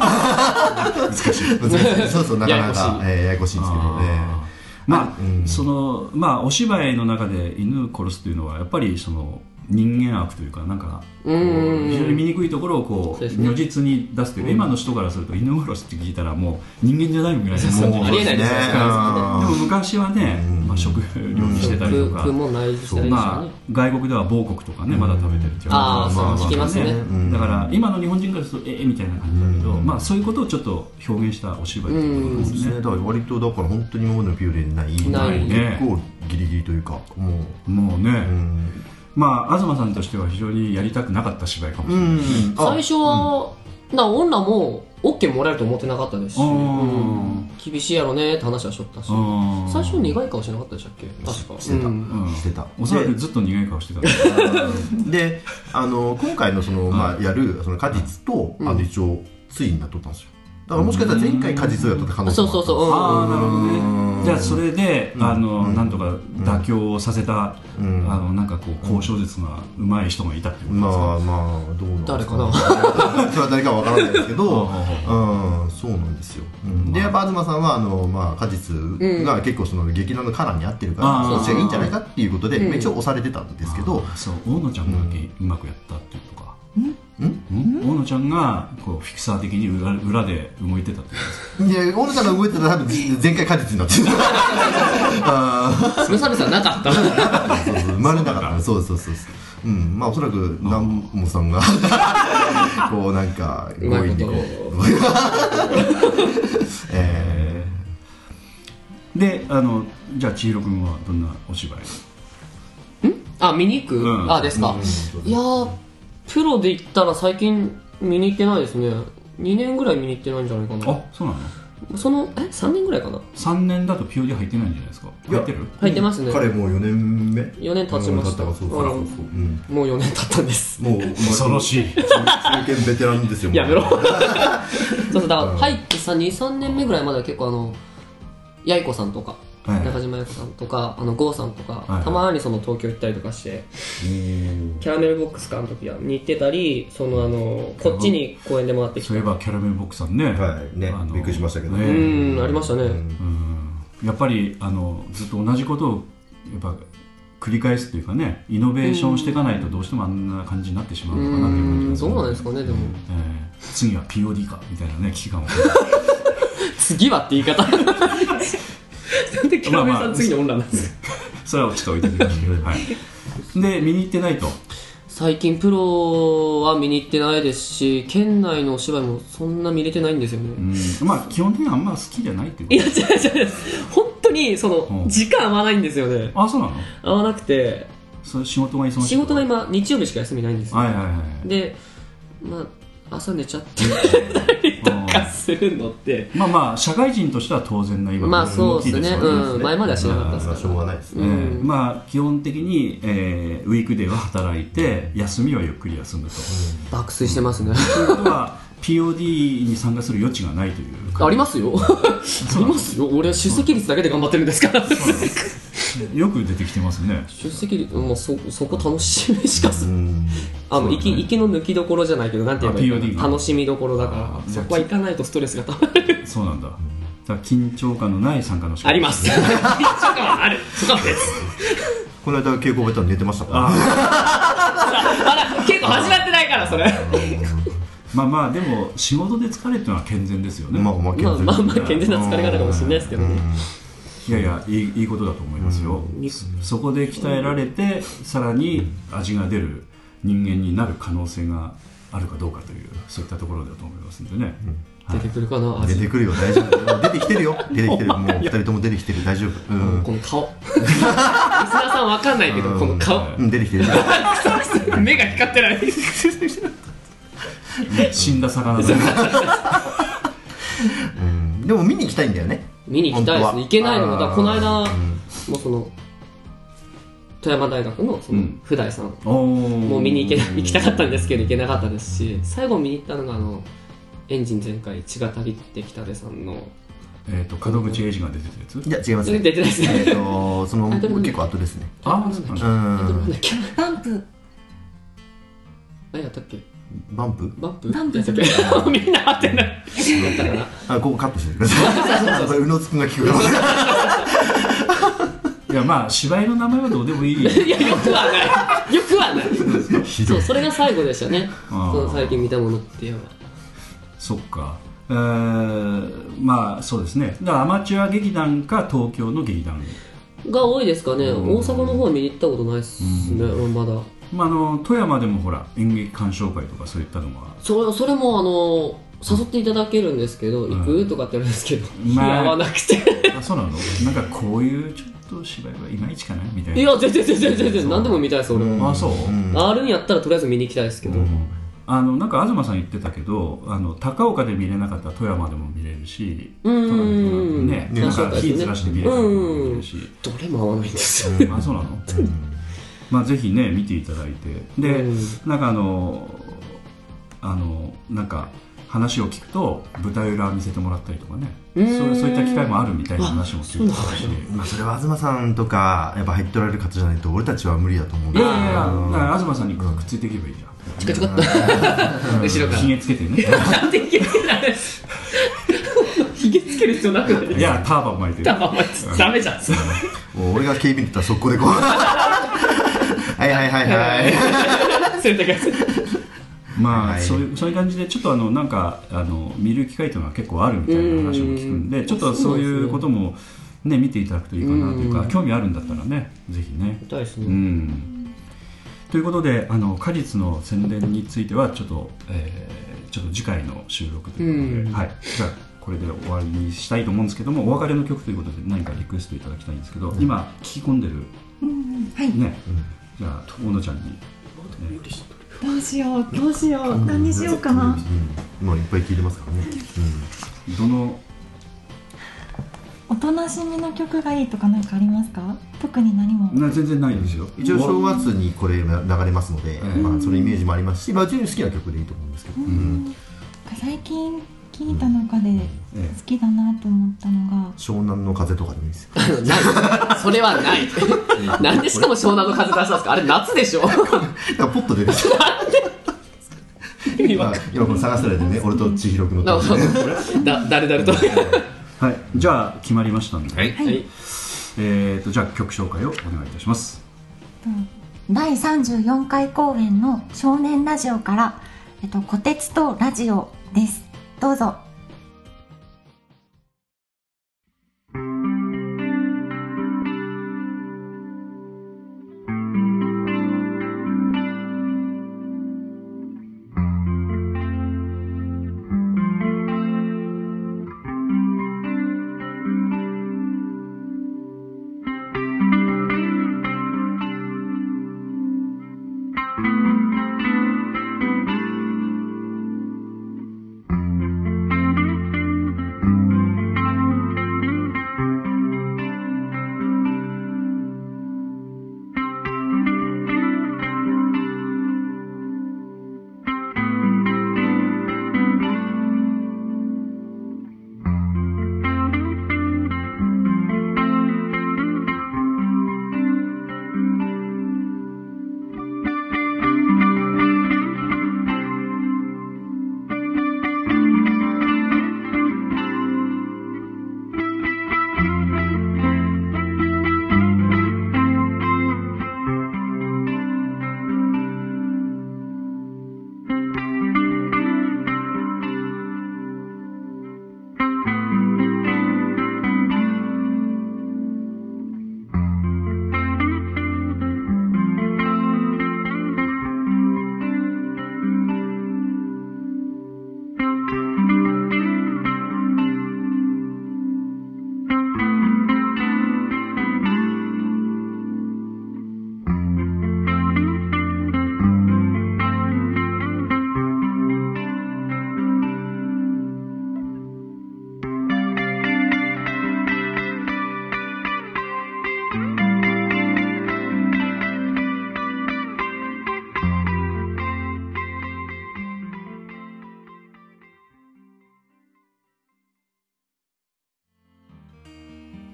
難し [laughs] いそうそうなかなかえーややこしいんですけどね
あーまあ、そのまあお芝居の中で犬を殺すというのはやっぱりその人間悪というかなんかこう
うんうんうん
非常に醜いところをこ
そう
う
ですね
如実に出すというか今の人からすると犬殺しって聞いたらもう人間じゃないぐらいの
そう
もう
ありえないですよね
ね
でも昔はね
うん、
まあ、食料にしてたりと
食
か、
食うもんない時代でした
まあ
ね。、
外国では某国とかね、まだ食べてるっていう
ああ、
まあまあ
そう聞きますね。
ん
だから今の日本人からするとええみたいな感じだけど、
うん
まあ、そういうことをちょっと表現したお芝居ってことなん
そう
で
ですすね
ね
だ、から割とだから本当に今までのピューレにない
ない
ね
結構ギリギリというかも
もうね、
ううん
まあ東さんとしては非常にやりたくなかった芝居かもし
う
れない、
んあ
最初は、な女も OK もらえると思ってなかったですし、
あー
うん厳しいやろねって話はしょったし、
あー
最初苦い顔しなかったでしたっけ確か。
してた
うん
うん
してた
おそらくずっと苦い顔してたんだけど
であの今回のその、まあ、やるその果実と、
うん
あの一応ついになっとったんですよだからもしかしたら前回果実をやっとった可能性もあった
そうそうそう
ああなるほど
うん
ねじゃあそれで、
うん
あの
うん
なんとか妥協をさせた、
うん
あのなんかこう交渉術がうまい人がいたってことですか、
まあまあどうなんです
誰かな
それは誰かわからないですけど
[laughs]
あ
うんそうなんですよ、うんでやっぱ東さんはあの、まあ、果実が結構その劇団のカラーに合ってるから、
うん
そっちがいいんじゃないかっていうことで、
うん
一応押されてたんですけど、
あーそう大野ちゃんがうまくやったっていうとか
ん
ん大野ちゃんがこうフィクサー的に裏裏で動いてたってことですか
いや大野さんが動いてたら多分前回果実にな
[laughs]
ってるあー
それ差別はなかった。
そうそう生まれなかったねそうそうそうそううんまあおそらく南もさ
[laughs]
んがこうなんか
うまい
強
こと
引にこうえ
であのじゃあ千尋君はどんなお芝居
あ、見に行く、
うん
あ、ですか。いやー、プロで言ったら最近見に行ってないですね。2年ぐらい見に行ってないんじゃないか
あ
な。
そうなの
その、え、3年ぐらいかな。
3年だと POD 入ってないんじゃないですか
いや
入ってる
入ってます
ー
ね。
彼もう4年目
4年経ちました。
うん経ったそうそうそうそううん
もう4年経ったんです。
もう
恐ろしい
中堅ベテランですよもう
や [laughs] めろ。そうそう、だから入ってさ、2、3年目ぐらいまでは結構あの、やいこさんとか、
はい
中島やいこさんとか、あの、ゴーさんとか、
いはい
たまにその東京行ったりとかして、キャラメルボックスかの時はに行ってたり、そのあの、こっちに公園で回ってき
そ
た
ういえばキャラメルボックスさんね、
はいね
あの
びっくりしましたけど
ね
うーん、ありましたね。
うんやっぱりあのずっと同じことをやっぱ繰り返すというかねイノベーションしていかないとどうしてもあんな感じになってしまう
う
のかなという感じ
ー
が
ん、
す
ど
る
うなんですかね、でも。
えー次は POD かみたいなね危機感を
次はって言い [laughs] 方。なんでキャラメルさん次にオンラインなんですか
それはちょっと置いておいて
[laughs]
はいで見に行ってないと
最近プロは見に行ってないですし、県内のお芝居もそんな見れてないんですよね。
うんまあ基本的にはあんま好きじゃないっていうこ
い
と
や、違う違う違う。本当に、その
う、ん
時間合わないんですよね。
あそうなの
合わなくて、
それ仕事が忙しい
仕事が今、日曜日しか休みないんですよ。
はいはいはい
で、まあ、朝寝ちゃってとかするのって、
まあまあ社会人としては当然な今の
まあそうです
動き
ね。
よ
うん、前まではしなかった
ま
で
あ
す
それ
から。
はしょうがないです
え
ね
ーまあ基本的に、えーウィークデーは働いて休みはゆっくり休むと、
爆睡してますね。 [laughs]
ということは POD に参加する余地がないというか
ありますよ。ありますよ。俺は出席率だけで頑張ってるんですから。
よく出てきてますね
[laughs] 出席率、もうそ、そこ楽しみしかす、
うん
あの、
そうだ
息、
ね
息の抜きどころじゃないけど、なんて言えばいい
あ POD
の
が
楽しみどころだか
あー
ら、そこは行かないとストレスが
[laughs]
溜まる。
そうなんだだから緊張感のない参加の仕方
あります。緊張感はある。そこは別。
この間稽古場行ったら寝てましたから
あ
まだ結構始まってないから、それ。
まあまあでも仕事で疲れっていうのは健全ですよね、
まあまあ健
まあ
全
まあまあ、健全な疲れ方かもしれないですけどね。
いやいやいいいいことだと思いますよ、そそこで鍛えられてさらに味が出る人間になる可能性があるかどうかというそういったところだと思いますんでね、
出てくるかな、
出
味。
てくるよ大丈夫出てきてるよ出
[laughs]
てきてるもう二人とも出てきてる大丈夫うん
この顔。リスナーさんわかんないけど、この顔。
うん出てきてる
目が光ってない。
死んだ魚だね
うんでも見に行きたいんだよね
見に行きたいですね。行けないのが、だからこの間、もうその、富山大学のそうの
ん
普代さん
も
も見に
[laughs]
行け行きたかったんですけど行けなかったですし最後見に行ったのがあのエンジン全開血がたぎってきたでさんの
えっと門口英二が出てたやつ
いや違います
出
ね
てないです
えっ
ね
とその
タイトル
結構後ですね
あそうなん
う
だ
なん
ん
だっけ
バンプ
何やったっけ
バンプ
バンプ
バンプ
やったっ [laughs] けみんな合ってないやったかな
あここカットしてくださいこれ宇野津君が聞くから
いやまあ芝居の名前はどうでもいい [laughs]
いやよくはないよくはない
ひ
そ
どいう
それが最後でしたねそ
あー
の最近見たものっていうのは
そっかえーまあそうですねだからアマチュア劇団か東京の劇団
が多いですかね大阪の方は見に行ったことないっすねまだ
まあ、あの富山でもほら演劇鑑賞会とかそういったのは
それそれもあの誘っていただけるんですけど、
ん
行くとかって言われるんですけど、 [laughs]
まあ
合わなくて
あそうなのなんかこういうちょっと芝居はいまいちかなみたいない
や全然全然全然何でも見たいです俺、
あそう、
あるんやったらとりあえず見に行きたいですけど、
あのなんか東さん言ってたけどあの高岡で見れなかったら富山でも見れるし
うん
富山でもね
ね
なんか火ずらして見れる
うん
見れるし、
どれも合わないんですよ、
あそうなの、まあぜひね見ていただいてで、
うん
なんかあのあのなんか話を聞くと舞台裏見せてもらったりとかねそうそういった機会もあるみたいな話も聞いてたし
まあそれは東さんとかやっぱ入っておられる方じゃないと俺たちは無理だと思うん
い
だ
や
よ
いや
ね
いやだから東さんにくっついていけばいいじゃん
チカチカっと後ろから
ひげつけてね
なんでひげつけられる [laughs] ひげつける必要なく [laughs] ない
いやターバン巻いてる
ダメダメじゃん
もう俺が警備員だったら速攻
[laughs]
でこうはいはいはいはい
洗濯やつ
まあ、
はい
そういうそういう感じでちょっとあのなんかあの見る機会というのは結構あるみたいな話を聞くんでちょっとそういうことも、ね、見ていただくといいかなというか興味あるんだったらねぜひね。
痛いです
う
ね
ん、ということであの果実の宣伝についてはちょっと,、えーちょっと次回の収録ということで、
うん
はい、じゃあこれで終わりにしたいと思うんですけどもお別れの曲ということで何かリクエストいただきたいんですけど、今聞き込んでる、
はい
ねじゃあ小野ちゃんに。
どうしようどうしよう何にしようかな
うんもういっぱい聞いてますからね
どの
おとなしみの曲がいいとかなんかありますか特に何も
な全然ないですよ
うん一応正月にこれ流れますので
うん
まあそのイメージもありますしまあ純に好きな曲でいいと思うんですけどうん
最近聞いた中で
ええ
好きだなと思ったのが
湘南の風とかでもいいですよ
ないそれはない
[laughs]
なんでしかも湘南の風出したんですかあれ夏でしょ [laughs]
だからポッと出てきた
意味わ
今
かん
今この探されてね俺と千尋君
な
の
いだ誰々と
はい、じゃあ決まりましたんで、
はい
えー、とじゃあ曲紹介をお願いいたします
第34回公演の少年ラジオから、えっと、小鉄とラジオです。どうぞ。
「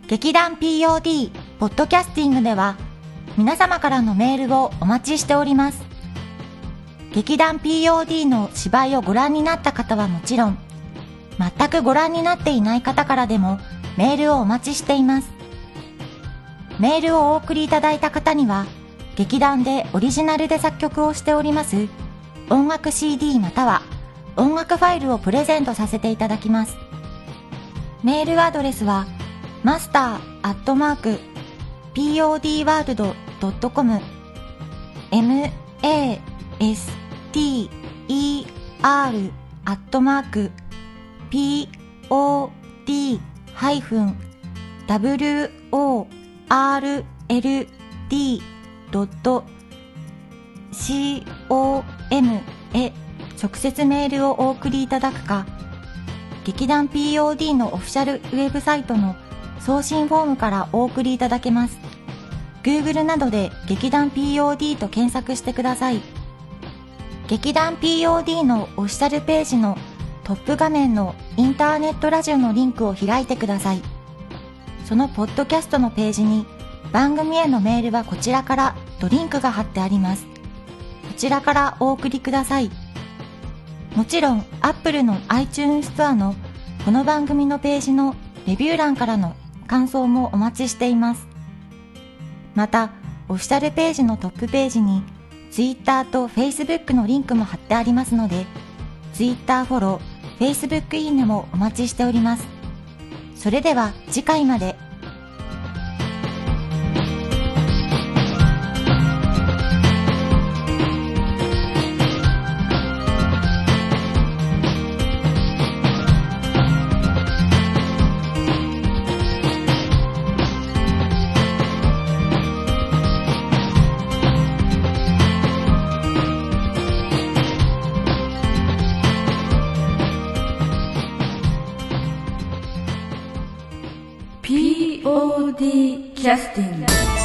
劇団 POD ポッドキャスティングでは皆様からのメールをお待ちしております劇団 POD の芝居をご覧になった方はもちろん全くご覧になっていない方からでもメールをお待ちしていますメールをお送りいただいた方には劇団でオリジナルで作曲をしております音楽 CD または音楽ファイルをプレゼントさせていただきますメールアドレスはマスターアットマーク podworld.com master アットマーク pod-world.com へ直接メールをお送りいただくか劇団 POD のオフィシャルウェブサイトの送信フォームからお送りいただけます Google などで劇団 POD と検索してください劇団 POD のオフィシャルページのトップ画面のインターネットラジオのリンクを開いてくださいそのポッドキャストのページに番組へのメールはこちらからとリンクが貼ってありますこちらからお送りくださいもちろん Apple の iTunes ストアのこの番組のページのレビュー欄からの感想もお待ちしていますまたオフィシャルページのトップページに Twitter と Facebook のリンクも貼ってありますので Twitter フォロー Facebook いいねもお待ちしておりますそれでは次回まで
キャスティング